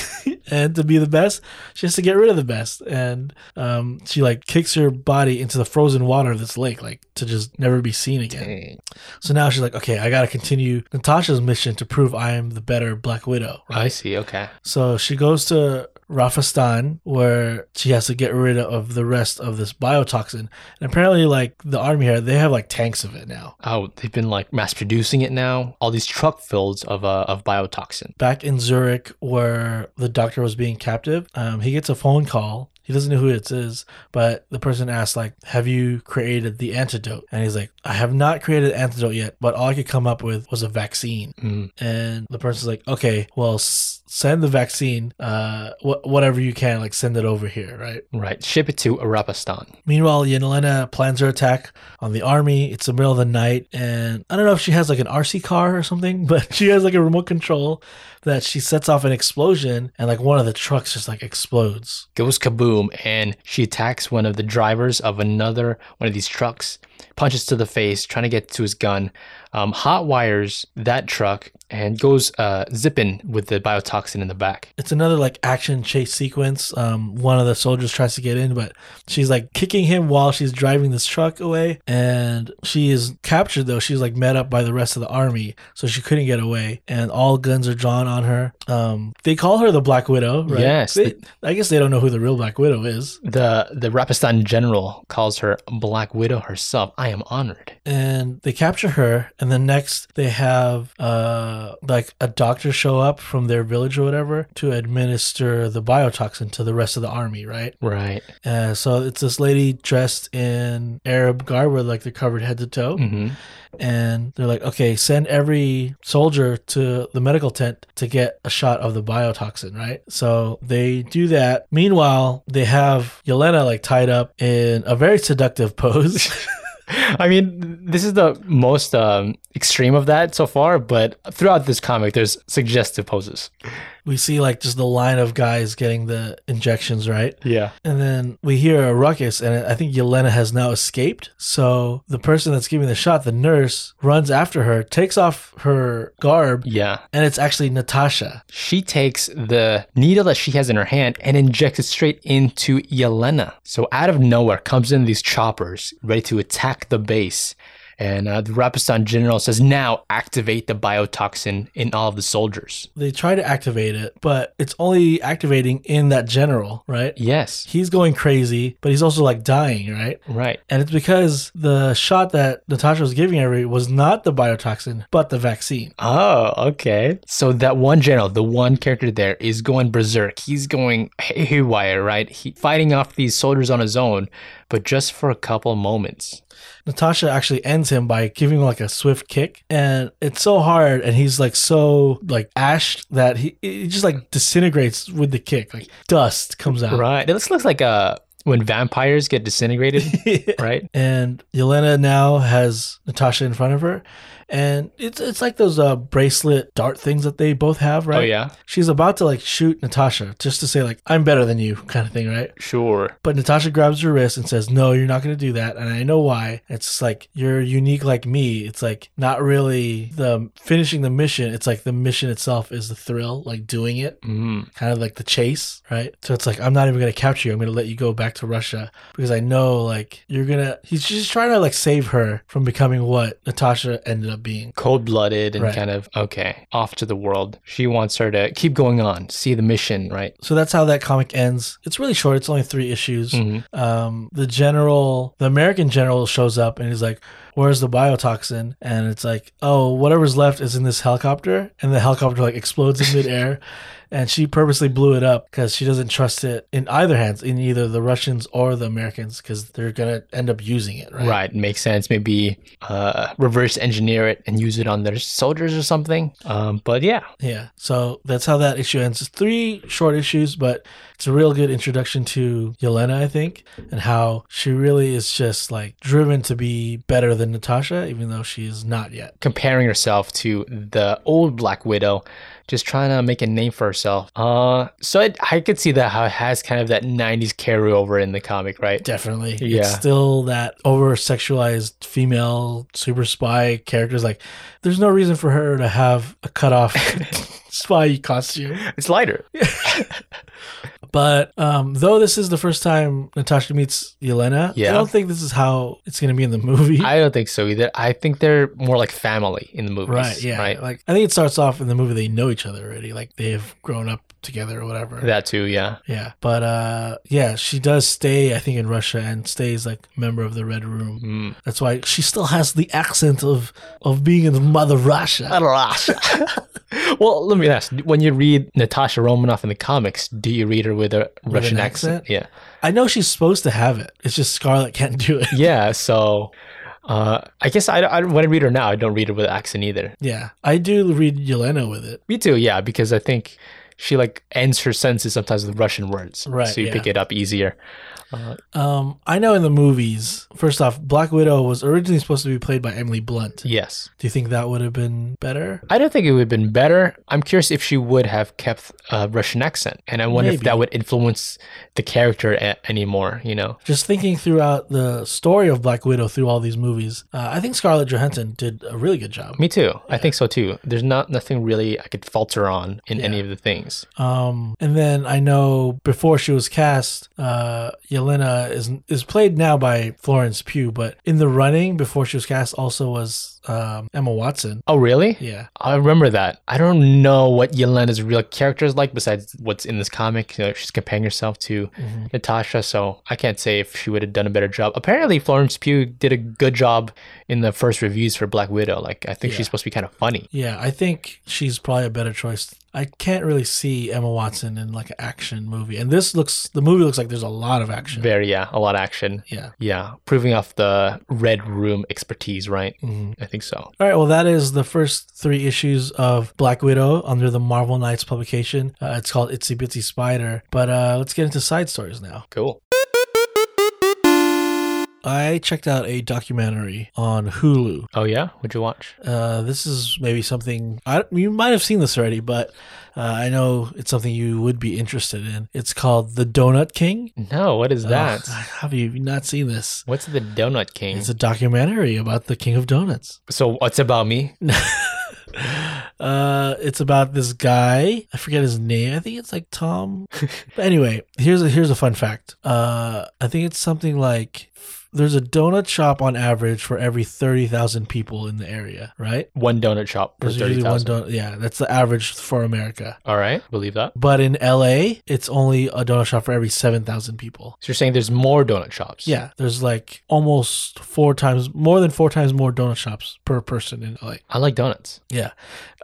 A: and to be the best, she has to get rid of the best. And um, she like kicks her body into the frozen water of this lake, like to just never be seen again.
B: Eh,
A: So now she's like, okay, I got to continue Natasha's mission to prove I am the better Black Widow.
B: I see. Okay.
A: So she goes to Rafistan, where she has to get rid of the rest of this biotoxin. And apparently, like the army here, they have like tanks of it now.
B: Oh, they've been like mass producing it now. All these truck fills of uh, of biotoxin.
A: back in Zurich where the doctor was being captive, um, he gets a phone call. He doesn't know who it is, but the person asks, like, have you created the antidote? And he's like, I have not created an antidote yet, but all I could come up with was a vaccine.
B: Mm.
A: And the person's like, okay, well, s- send the vaccine, uh, wh- whatever you can, like send it over here, right?
B: Right. Ship it to Arapistan.
A: Meanwhile, Yelena plans her attack on the army. It's the middle of the night, and I don't know if she has like an RC car or something, but she has like a remote control that she sets off an explosion, and like one of the trucks just like explodes.
B: Goes kaboom, and she attacks one of the drivers of another one of these trucks, punches to the face, trying to get to his gun, um, hot wires that truck, and goes uh, zipping with the biotoxin in the back.
A: It's another like action chase sequence. Um, one of the soldiers tries to get in, but she's like kicking him while she's driving this truck away, and she is captured though. She's like met up by the rest of the army, so she couldn't get away, and all guns are drawn on her. Um, they call her the Black Widow, right?
B: Yes.
A: They- I guess they don't know who the real Black Widow is.
B: The the Rapistan general calls her Black Widow herself. I am honored.
A: And they capture her, and then next they have uh like a doctor show up from their village or whatever to administer the biotoxin to the rest of the army, right?
B: Right.
A: Uh, so it's this lady dressed in Arab garb with like they're covered head to toe.
B: hmm
A: And they're like, okay, send every soldier to the medical tent to get a shot of the biotoxin, right? So they do that. Meanwhile, they have Yelena like tied up in a very seductive pose.
B: I mean, this is the most um, extreme of that so far, but throughout this comic, there's suggestive poses.
A: we see like just the line of guys getting the injections, right?
B: Yeah.
A: And then we hear a ruckus, and I think Yelena has now escaped. So the person that's giving the shot, the nurse, runs after her, takes off her garb,
B: Yeah.
A: and it's actually Natasha.
B: She takes the needle that she has in her hand and injects it straight into Yelena. So out of nowhere comes in these choppers ready to attack the base. And uh, the Rapistan general says, now activate the biotoxin in all of the soldiers.
A: They try to activate it, but it's only activating in that general, right?
B: Yes.
A: He's going crazy, but he's also like dying, right?
B: Right.
A: And it's because the shot that Natasha was giving everybody was not the biotoxin, but the vaccine.
B: Oh, okay. So that one general, the one character there, is going berserk. He's going hay- haywire, right? He fighting off these soldiers on his own, but just for a couple moments.
A: Natasha actually ends him by giving him like a swift kick, and it's so hard, and he's like so like ashed that he it just like disintegrates with the kick, like dust comes out.
B: Right. Uh, This looks like uh when vampires get disintegrated, right?
A: and Yelena now has Natasha in front of her, and it's it's like those uh, bracelet dart things that they both have, right?
B: Oh yeah.
A: She's about to like shoot Natasha just to say like I'm better than you kind of thing, right?
B: Sure.
A: But Natasha grabs her wrist and says, "No, you're not going to do that." And I know why. It's just like you're unique like me. It's like not really the finishing the mission. It's like the mission itself is the thrill, like doing it,
B: Mm.
A: kind of like the chase, right? So it's like I'm not even going to capture you. I'm going to let you go back to Russia because I know like you're going to he's just trying to like save her from becoming what Natasha ended up being.
B: Cold blooded and
A: Right.
B: kind of okay, off to the world. She wants her to keep going on, see the mission, right?
A: So that's how that comic ends. It's really short. It's only 3 issues.
B: Mhm.
A: um, the general, the American general shows up and he's like, "Where's the biotoxin?" And it's like, "Oh, whatever's left is in this helicopter." And the helicopter like explodes in midair, and she purposely blew it up because she doesn't trust it in either hands, in either the Russians or the Americans, because they're gonna end up using it, right?
B: Right. makes sense. Maybe uh, reverse engineer it and use it on their soldiers or something. Um, but yeah,
A: Yeah. So that's how that issue ends. It's three short issues, but it's a real good introduction to Yelena, I think, and how she really is just like driven to be better than Natasha, even though she is not yet.
B: comparing herself to the old Black Widow, just trying to make a name for herself. Uh, so it, I could see that how it has kind of that '90s carryover in the comic, right?
A: Definitely. It's
B: Yeah.
A: still that over sexualized female super spy characters. Like, there's no reason for her to have a cut off spy costume.
B: It's lighter.
A: But um, though this is the first time Natasha meets Yelena, I
B: Yeah.
A: don't think this is how it's going to be in the movie.
B: I don't think so either. I think they're more like family in the movies,
A: right. Yeah.
B: right?
A: Like, I think it starts off in the movie, they know each other already. Like, they have grown up together or whatever.
B: That too, yeah.
A: Yeah. But uh, yeah, she does stay, I think, in Russia and stays like member of the Red Room.
B: Mm.
A: That's why she still has the accent of of being in Mother Russia.
B: well, let me ask: When you read Natasha Romanoff in the comics, do you read her with a Russian
A: an
B: accent?
A: accent?
B: Yeah,
A: I know she's supposed to have it. It's just Scarlet can't do it.
B: yeah. So, uh, I guess I, I when I read her now, I don't read her with accent either.
A: Yeah, I do read Yelena with it.
B: Me too, yeah, because I think she like ends her sentences sometimes with Russian words,
A: Right,
B: So you
A: yeah.
B: pick it up easier.
A: Um, I know in the movies, first off, Black Widow was originally supposed to be played by Emily Blunt.
B: Yes,
A: Do you think that would have been better?
B: I don't think it would have been better. I'm curious if she would have kept a Russian accent, and I wonder if
A: Maybe.
B: that would influence the character a- anymore. You know,
A: Just thinking throughout the story of Black Widow through all these movies, uh, I think Scarlett Johansson did a really good job.
B: me too. I think so too. There's not nothing really I could falter on in any of the things.
A: Um, and then I know before she was cast, uh, Yelena is is played now by Florence Pugh, but in the running before she was cast also was um, Emma Watson.
B: Oh, really?
A: Yeah,
B: I remember that. I don't know what Yelena's real character is like besides what's in this comic. You know, she's comparing herself to Natasha, so I can't say if she would have done a better job. Apparently, Florence Pugh did a good job in the first reviews for Black Widow. Like, I think
A: Yeah.
B: she's supposed to be kind of funny.
A: yeah. I think she's probably a better choice. I can't really see Emma Watson in like an action movie, and this looks the movie looks like there's a lot of action.
B: Very, yeah, a lot of action.
A: yeah.
B: Yeah, proving off the Red Room expertise, right?
A: Mhm.
B: I think so.
A: All right, well, that is the first three issues of Black Widow under the Marvel Knights publication. Uh, it's called Itsy Bitsy Spider. But uh, let's get into side stories now.
B: Cool.
A: I checked out a documentary on Hulu.
B: Oh, yeah? What'd you watch?
A: Uh, this is maybe something I, you might have seen this already, but uh, I know it's something you would be interested in. It's called The Donut King.
B: No, what is that?
A: Ugh, have you not seen this?
B: What's the Donut King?
A: It's a documentary about the King of Donuts.
B: so, what's about me?
A: Uh, it's about this guy. I forget his name. I think it's like Tom. but anyway, here's a here's a fun fact. Uh, I think it's something like there's a donut shop on average for every thirty thousand people in the area, right?
B: One donut shop for
A: There's usually one
B: 30,000.
A: donut. Yeah, that's the average for America.
B: All right, believe that.
A: But in LA, it's only a donut shop for every seven thousand people.
B: So you're saying there's more donut shops?
A: Yeah, there's like almost four times more than four times more donut shops per person in LA.
B: I like donuts.
A: Yeah.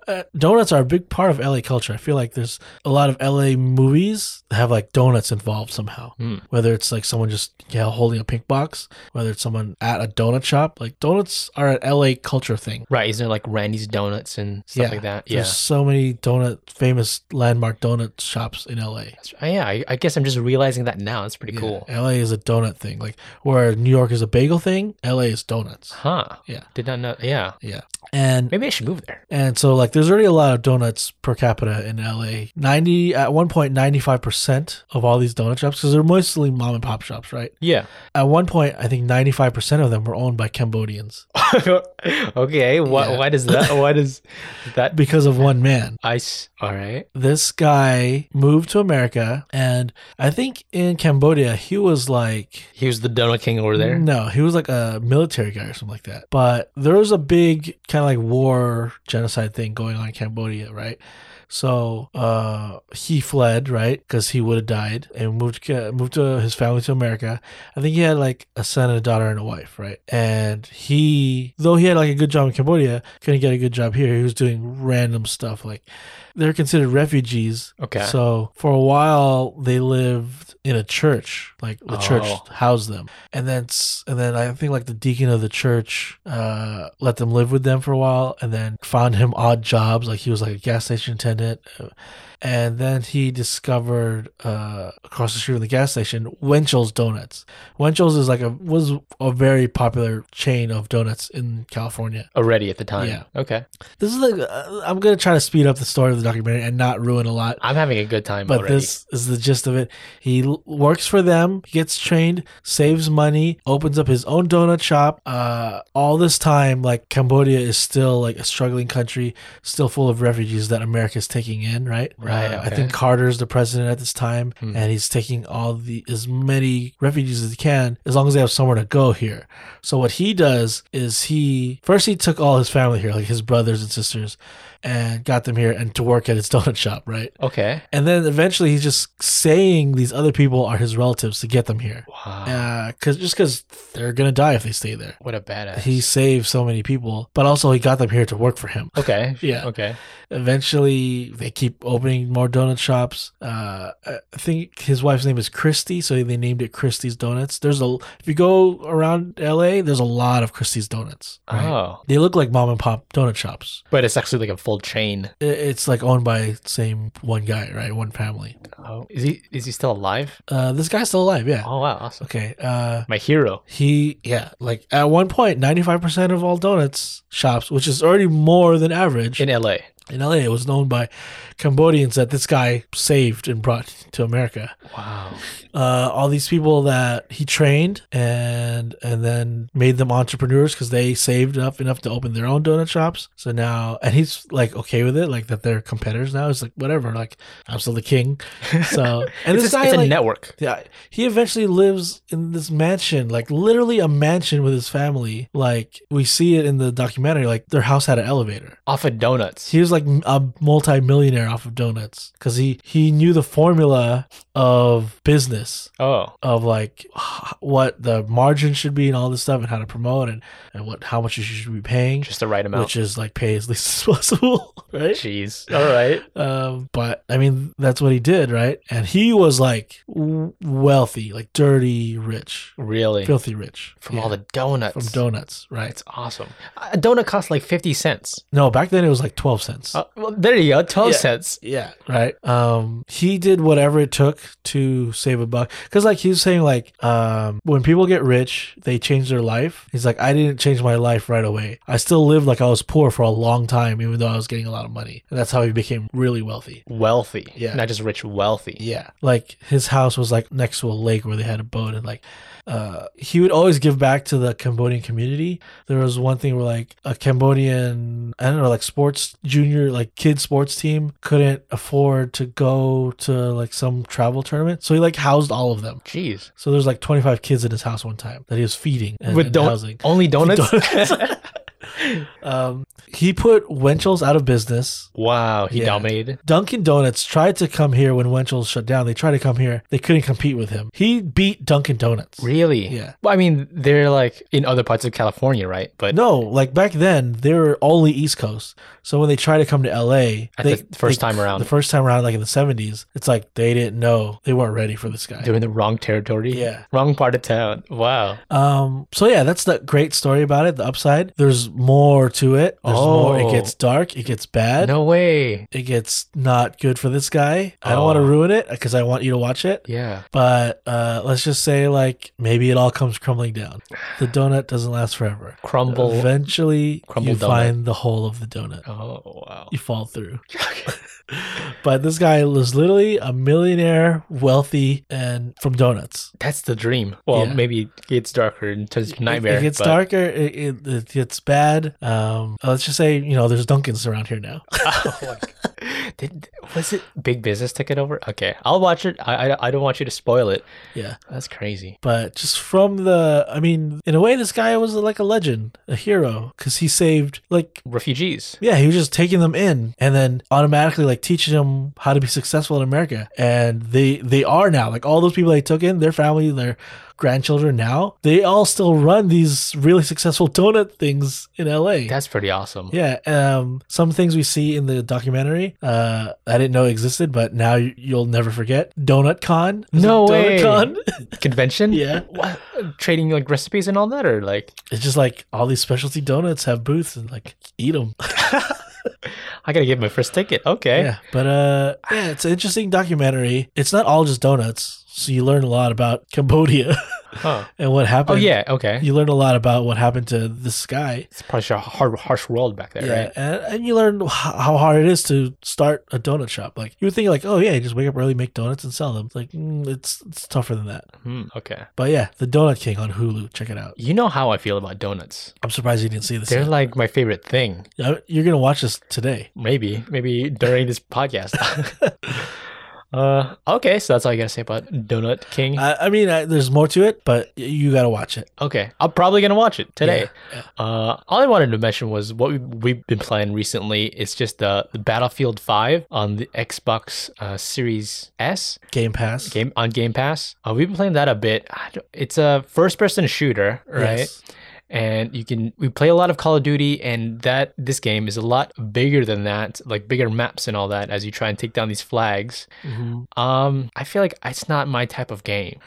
A: Uh, donuts are a big part of LA culture. I feel like there's a lot of LA movies that have like donuts involved somehow.
B: Mm.
A: Whether it's like someone just yeah, holding a pink box, whether it's someone at a donut shop, like donuts are an LA culture thing.
B: Right. Isn't there like Randy's Donuts and stuff like that? Yeah.
A: There's so many donut famous landmark donut shops in LA.
B: That's- oh, yeah. I, I guess I'm just realizing that now. It's pretty cool.
A: Yeah, LA is a donut thing. Like where New York is a bagel thing, LA is donuts.
B: Huh.
A: Yeah.
B: Did not know. Yeah.
A: Yeah. And
B: Maybe I should move there.
A: And so, like, there's already a lot of donuts per capita in LA. 90, at one point, 95% of all these donut shops, because they're mostly mom and pop shops, right?
B: Yeah.
A: At one point, I think 95% of them were owned by Cambodians
B: okay. Why,
A: Yeah.
B: why does that? Why does that?
A: because of one man.
B: Ice. All right.
A: This guy moved to America, and I think in Cambodia, he was like,
B: He was the Donut King over there.
A: No, he was like a military guy or something like that. But there was a big kind of like war genocide thing going on in Cambodia, right? So uh, he fled, right? Because he would have died and moved uh, moved to his family to America. I think he had like a son and a daughter and a wife, right? And he, though he had like a good job in Cambodia, couldn't get a good job here. He was doing random stuff. Like they're considered refugees.
B: Okay.
A: So for a while they lived in a church, like the church
B: Oh.
A: housed them, and then s- and then I think like the deacon of the church uh, let them live with them for a while, and then found him odd jobs, like he was like a gas station attendant, uh, and then he discovered uh, across the street from the gas station Wenchell's Donuts. Wenchell's is like a was a very popular chain of donuts in California.
B: Already at the time.
A: Yeah.
B: Okay.
A: This is like uh, I'm gonna try to speed up the story of the documentary and not ruin a lot
B: I'm having a good time
A: but
B: already.
A: this is the gist of it. He l- works for them, gets trained, saves money, opens up his own donut shop. Uh, all this time, like Cambodia is still like a struggling country, still full of refugees that America's taking in, right?
B: Right,
A: Uh, I
B: okay.
A: think Carter's the president at this time,
B: Hmm.
A: and he's taking all the as many refugees as he can, as long as they have somewhere to go here. So what he does is he first he took all his family here, like his brothers and sisters, and got them here and to work at his donut shop, right?
B: okay.
A: And then eventually he's just saying these other people are his relatives to get them here.
B: Wow.
A: Uh, cause just cause they're gonna die if they stay there.
B: What a badass.
A: He saved so many people, but also he got them here to work for him.
B: Okay.
A: Yeah.
B: Okay.
A: Eventually, they keep opening more donut shops. Uh, I think his wife's name is Christy, so they named it Christie's Donuts. There's a if you go around LA, there's a lot of Christie's Donuts. right?
B: Oh.
A: They look like mom and pop donut shops.
B: But it's actually like a full whole chain.
A: I- It's like owned by same one guy, right? One family.
B: Oh, is he is he still alive?
A: Uh, this guy's still alive. Yeah.
B: Oh wow, awesome.
A: Okay. Uh,
B: My hero.
A: He, yeah, like at one point, 95% of all donuts shops, which is already more than average
B: In
A: in,
B: LA.
A: LA, it was known by Cambodians that this guy saved and brought to America.
B: Wow.
A: Uh, all these people that he trained and and then made them entrepreneurs because they saved up enough to open their own donut shops. So now, and he's like okay with it, like that they're competitors now. He's like, whatever, like I'm still the king. So, and
B: it's
A: this
B: a,
A: guy,
B: it's a
A: like,
B: network.
A: yeah, he eventually lives in this mansion, like literally a mansion with his family. Like we see it in the documentary, like their house had an elevator.
B: Off of donuts.
A: He was like a multi-millionaire off of donuts because he he knew the formula of business
B: oh.
A: of like h- what the margin should be and all this stuff and how to promote and and what how much you should be paying,
B: Just the right amount.
A: which is like pay as least as possible, right?
B: Jeez. All right.
A: Um, but I mean, that's what he did, right? And he was like w- wealthy, like dirty rich,
B: Really?
A: filthy rich
B: From all the donuts.
A: from donuts, right?
B: That's awesome. A donut costs like 50 cents.
A: No, back then it was like twelve cents.
B: Uh, well, there you go. 12
A: Yeah.
B: cents.
A: yeah, right. Um, he did whatever it took to save a buck, because like he was saying, like um, when people get rich, they change their life. He's like, I didn't change my life right away. I still lived like I was poor for a long time, even though I was getting a lot of money, and that's how he became really wealthy.
B: Wealthy.
A: Yeah.
B: Not just rich, wealthy.
A: Yeah. Like his house was like next to a lake where they had a boat and like uh he would always give back to the Cambodian community. There was one thing where like a Cambodian I don't know, like sports junior like kid sports team couldn't afford to go to like some travel tournament. So he like housed all of them.
B: Jeez.
A: So there's like 25 kids in his house one time that he was feeding and,
B: With
A: and
B: don-
A: housing.
B: Only donuts?
A: donuts. Um, he put Wenchels out of business.
B: wow. He
A: Yeah.
B: dominated.
A: Dunkin' Donuts tried to come here when Wenchels shut down. They tried to come here. They couldn't compete with him. He beat Dunkin' Donuts.
B: Really?
A: Yeah.
B: Well, I mean, they're like in other parts of California, right? But
A: No, like back then they were only East Coast. So when they tried to come to LA,
B: At
A: they,
B: the first
A: they-
B: time around.
A: the first time around, like in the seventies, it's like they didn't know they weren't ready for this guy.
B: they're in the wrong territory.
A: Yeah.
B: Wrong part of town. Wow.
A: Um, so yeah, that's the great story about it. The upside, there's more to it. There's more.
B: Oh.
A: It gets dark. It gets bad.
B: No way.
A: It gets not good for this guy. I don't want to
B: Oh.
A: ruin it because I want you to watch it.
B: Yeah.
A: but uh, let's just say like maybe it all comes crumbling down. The donut doesn't last forever.
B: Crumble.
A: Eventually,
B: Crumble
A: you
B: donut.
A: find the whole of the donut.
B: oh, wow.
A: You fall through. But this guy was literally a millionaire, wealthy, and from donuts.
B: That's the dream. Well,
A: Yeah.
B: maybe it gets darker and turns to
A: It-
B: nightmare.
A: It, gets
B: but-
A: darker. It, it, it gets bad. Um, let's just say you know there's Dunkins around here now.
B: Oh my God. Did, was it big business took it over? Okay, I'll watch it. I, I, I don't want you to spoil it.
A: yeah.
B: That's crazy.
A: But just from the, I mean, in a way, this guy was like a legend, a hero, because he saved like
B: Refugees.
A: Yeah, he was just taking them in and then automatically like teaching them how to be successful in America. And they they are now like all those people they took in, their family, their grandchildren now, they all still run these really successful donut things in LA.
B: That's pretty awesome.
A: yeah, um, some things we see in the documentary uh, I didn't know existed, but now you, you'll never forget Donut Con. Is
B: No
A: it
B: way.
A: Donut Con.
B: Convention.
A: Yeah.
B: What? Trading like recipes and all that, or like
A: It's just like all these specialty donuts have booths and like eat them.
B: I gotta get my first ticket. Okay.
A: Yeah, but uh, yeah, it's an interesting documentary. It's not all just donuts, so you learn a lot about Cambodia
B: Huh.
A: and what
B: Oh
A: happened.
B: yeah. Okay.
A: you learn a lot about what happened to this guy.
B: It's probably a hard, harsh world back there,
A: yeah,
B: right?
A: and, and you learn h- how hard it is to start a donut shop. Like you would think, like, oh yeah, you just wake up early, make donuts, and sell them. It's like mm, it's it's tougher than that.
B: Hmm, okay.
A: But yeah, the Donut King on Hulu, check it out.
B: You know how I feel about donuts.
A: I'm surprised you didn't see this.
B: They're
A: yet.
B: like my favorite thing.
A: Yeah, You're gonna watch this today.
B: Maybe, maybe during this podcast. uh, okay, so that's all I gotta say about Donut King.
A: I, I mean, I, there's more to it, but y- you gotta watch it.
B: Okay, I'm probably gonna watch it today.
A: Yeah,
B: Uh, all I wanted to mention was what we, we've been playing recently. It's just the, the Battlefield Five on the Xbox uh, Series S
A: Game Pass.
B: game on Game Pass. Uh, we've been playing that a bit. I don't- It's a first-person shooter, right?
A: Yes.
B: and you can we play a lot of Call of Duty, and that this game is a lot bigger than that, like bigger maps and all that. As you try and take down these flags,
A: Mm-hmm.
B: um, I feel like it's not my type of game.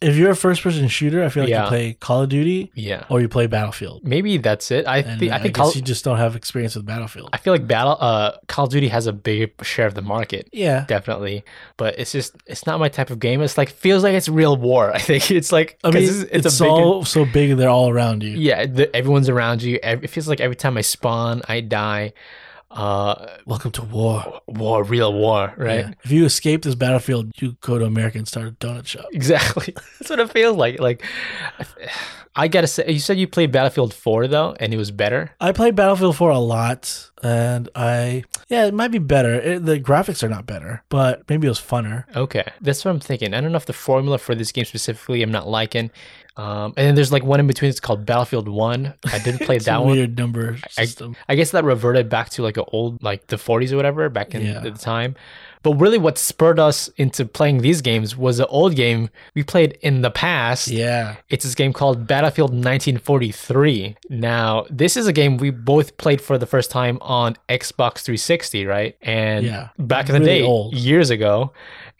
A: If you're a first person shooter, I feel like
B: Yeah.
A: you play Call of Duty
B: Yeah,
A: or you play Battlefield.
B: maybe that's it. I
A: And
B: think
A: I,
B: I think
A: guess
B: Call-
A: you just don't have experience with Battlefield.
B: I feel like Battle uh Call of Duty has a bigger share of the market.
A: yeah.
B: definitely. But it's just it's not my type of game. It's like feels like it's real war. I think it's like
A: I
B: 'cause
A: mean,
B: it's,
A: it's,
B: it's a big
A: all so big they're all around you.
B: yeah. The, everyone's around you. Ev- It feels like every time I spawn, I die. Uh,
A: Welcome to war.
B: war, real war, right?
A: Yeah. If you escape this battlefield, you go to America and start a donut shop.
B: Exactly. That's what it feels like. Like I gotta say, you said you played Battlefield Four though, and it was better.
A: I played Battlefield 4 a lot, and I yeah, it might be better. It, the graphics are not better, but maybe it was funner.
B: Okay, that's what I'm thinking. I don't know if the formula for this game specifically I'm not liking. Um, and then there's like one in between. It's called Battlefield One. I didn't play
A: It's a
B: that one.
A: weird number
B: I-
A: system.
B: I guess that reverted back to like an old, like the 40s or whatever, back in
A: Yeah.
B: the time. But really, what spurred us into playing these games was an old game we played in the past.
A: yeah,
B: It's this game called Battlefield 1943. Now, this is a game we both played for the first time on Xbox 360, right? And
A: Yeah.
B: back in the
A: Really
B: day,
A: old.
B: years ago.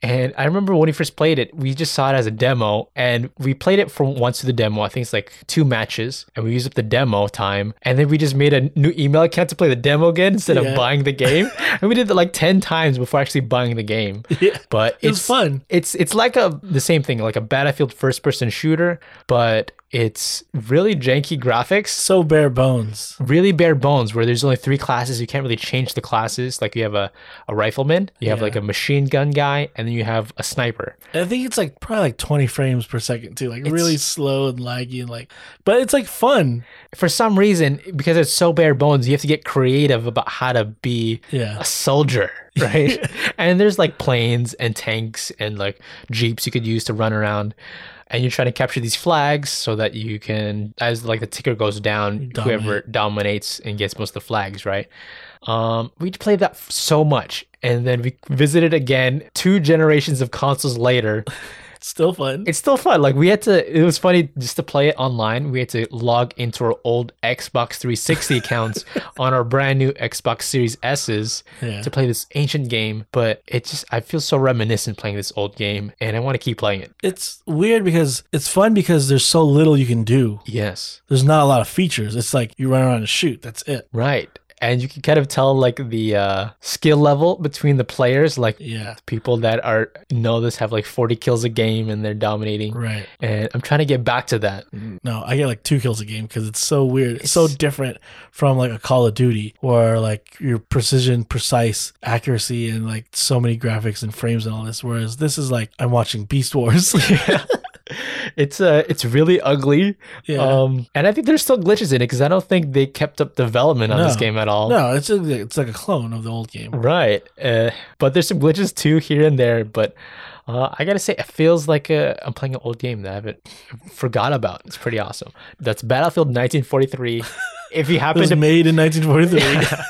B: And I remember when we first played it, we just saw it as a demo and we played it from once to the demo. I think it's like two matches and we used up the demo time. And then we just made a new email account to play the demo again instead
A: Yeah.
B: of buying the game. and we did that like 10 times before actually buying the game.
A: Yeah.
B: But
A: it was
B: it's
A: fun.
B: it's it's like a the same thing, like a battlefield first person shooter, but it's really janky graphics,
A: So bare bones.
B: really bare bones where there's only three classes. You can't really change the classes. Like you have a, a rifleman, you have
A: Yeah.
B: like a machine gun guy, and then you have a sniper.
A: I think it's like probably like 20 frames per second too, like really slow and laggy and like, but it's like fun.
B: For some reason, because it's so bare bones, you have to get creative about how to be
A: Yeah,
B: a soldier, right? and there's like planes and tanks and like jeeps you could use to run around. And you're trying to capture these flags so that you can, as like the ticker goes down,
A: Dominate.
B: whoever dominates and gets most of the flags, right? Um, we played that f- so much, and then we visited again two generations of consoles later.
A: it's still fun.
B: It's still fun. Like we had to. It was funny just to play it online. We had to log into our old Xbox 360 accounts on our brand new Xbox Series S's
A: yeah.
B: to play this ancient game, but it just I feel so reminiscent playing this old game and I want to keep playing it.
A: It's weird because it's fun because there's so little you can do.
B: Yes.
A: There's not a lot of features. It's like you run around and shoot. That's it.
B: Right. And you can kind of tell like the uh, skill level between the players, like
A: Yeah.
B: people that are know this have like 40 kills a game and they're dominating.
A: Right. Mm-hmm.
B: And I'm trying to get back to that.
A: No, I get like two kills a game because it's so weird. It's so different from like a Call of Duty where like your precision, precise accuracy, and like so many graphics and frames and all this. Whereas this is like I'm watching Beast Wars.
B: It's uh it's really ugly.
A: yeah.
B: Um and I think there's still glitches in it because I don't think they kept up development on this
A: No.
B: game at all.
A: no, it's a, it's like a clone of the old game.
B: Right. Uh, but there's some glitches too here and there. But uh, I got to say, it feels like uh, I'm playing an old game that I haven't forgot about. It's pretty awesome. That's Battlefield 1943. if you
A: It
B: happen
A: was
B: to
A: made in 1943.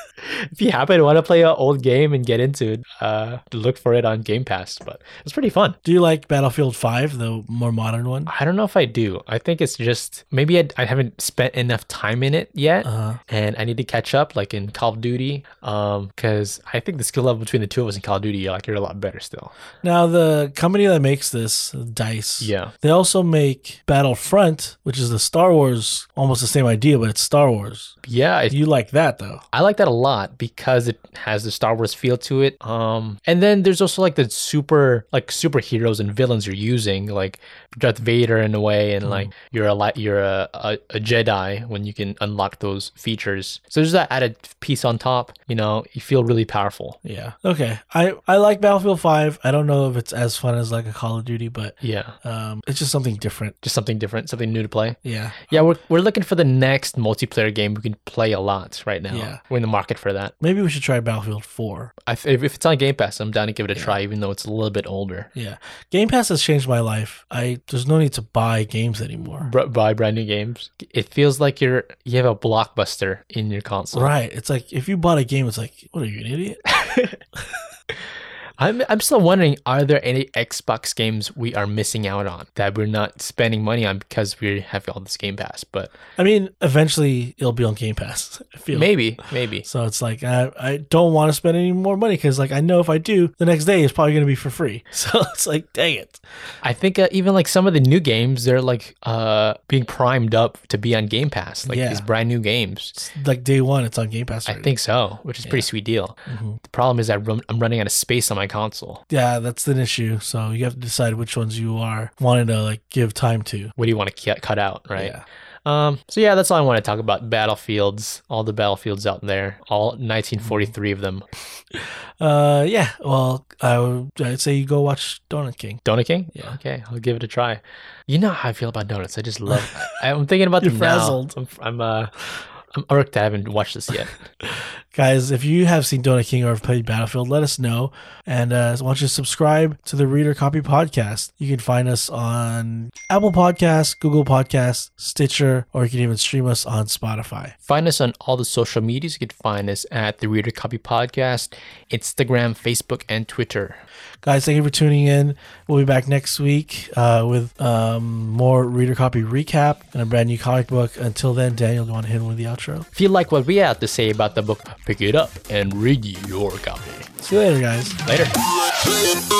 B: if you happen to want to play an old game and get into it, uh, look for it on Game Pass. But it's pretty fun.
A: Do you like Battlefield 5, the more modern one?
B: I don't know if I do. I think it's just maybe I, I haven't spent enough time in it yet.
A: Uh,
B: and I need to catch up, like in Call of Duty, because I think the skill level between the two of us in Call of Duty, like you're a lot better still.
A: now, the company that makes this, DICE,
B: Yeah.
A: they also make Battlefront, which is the Star Wars, almost the same idea, but it's Star Wars.
B: Yeah, I-
A: You like that, though.
B: I like that a lot because it has the Star Wars feel to it. Um, and then there's also like the super like superheroes and villains you're using, like Darth Vader in a way, and like you're a li- you're a, a, a Jedi when you can unlock those features. So there's that added piece on top. You know, you feel really powerful.
A: Yeah. Okay. I, I like Battlefield 5. I don't know if it's as fun as like a Call of Duty, but
B: Yeah,
A: um, it's just something different.
B: just something different, something new to play.
A: Yeah.
B: Yeah, we're we're looking for the next multiplayer game we can play a lot right now.
A: Yeah.
B: We're in the market for that.
A: Maybe we should try Battlefield 4.
B: I, if if it's on Game Pass, I'm down to give it a try, even though it's a little bit older.
A: Yeah. Game Pass has changed my life. I There's no need to buy games anymore.
B: Br- buy brand new games. It feels like you're you have a blockbuster in your console.
A: Right. It's like if you bought a game, it's like, what are you, an idiot?
B: I'm I'm still wondering, are there any Xbox games we are missing out on that we're not spending money on because we have all this Game Pass? But
A: I mean, eventually it'll be on Game Pass. I feel
B: maybe, maybe.
A: So it's like I, I don't want to spend any more money because like I know if I do, the next day is probably going to be for free. So it's like, dang it.
B: I think uh, even like some of the new games, they're like uh being primed up to be on Game Pass, like
A: Yeah.
B: these brand new games.
A: It's like day one, it's on Game Pass.
B: I
A: already.
B: think so, which is a pretty sweet deal.
A: Mm-hmm.
B: The problem is I run, I'm running out of space on my console.
A: Yeah, that's an issue. So you have to decide which ones you are wanting to like give time to.
B: What do you want to cut out, right?
A: Yeah.
B: Um, so yeah, that's all I want to talk about. Battlefields, all the battlefields out there, all 1943 of them.
A: Uh, yeah. Well, I would I'd say you go watch Donut King.
B: Donut King?
A: Yeah.
B: Okay, I'll give it a try. You know how I feel about donuts. I just love. I, I'm thinking about
A: You're
B: them now.
A: frazzled.
B: I'm, I'm uh, I'm irked. that I haven't watched this yet.
A: Guys, if you have seen Donut King or have played Battlefield, let us know. And uh, why don't you subscribe to the Reader Copy Podcast? You can find us on Apple Podcasts, Google Podcasts, Stitcher, or you can even stream us on Spotify.
B: Find us on all the social medias. You can find us at the Reader Copy Podcast, Instagram, Facebook, and Twitter.
A: Guys, thank you for tuning in. We'll be back next week uh, with um, more Reader Copy recap and a brand new comic book. Until then, Daniel, go on ahead with the outro.
B: If you like what we have to say about the book, pick it up and read your copy.
A: See you later, guys.
B: Later.
C: Thank you.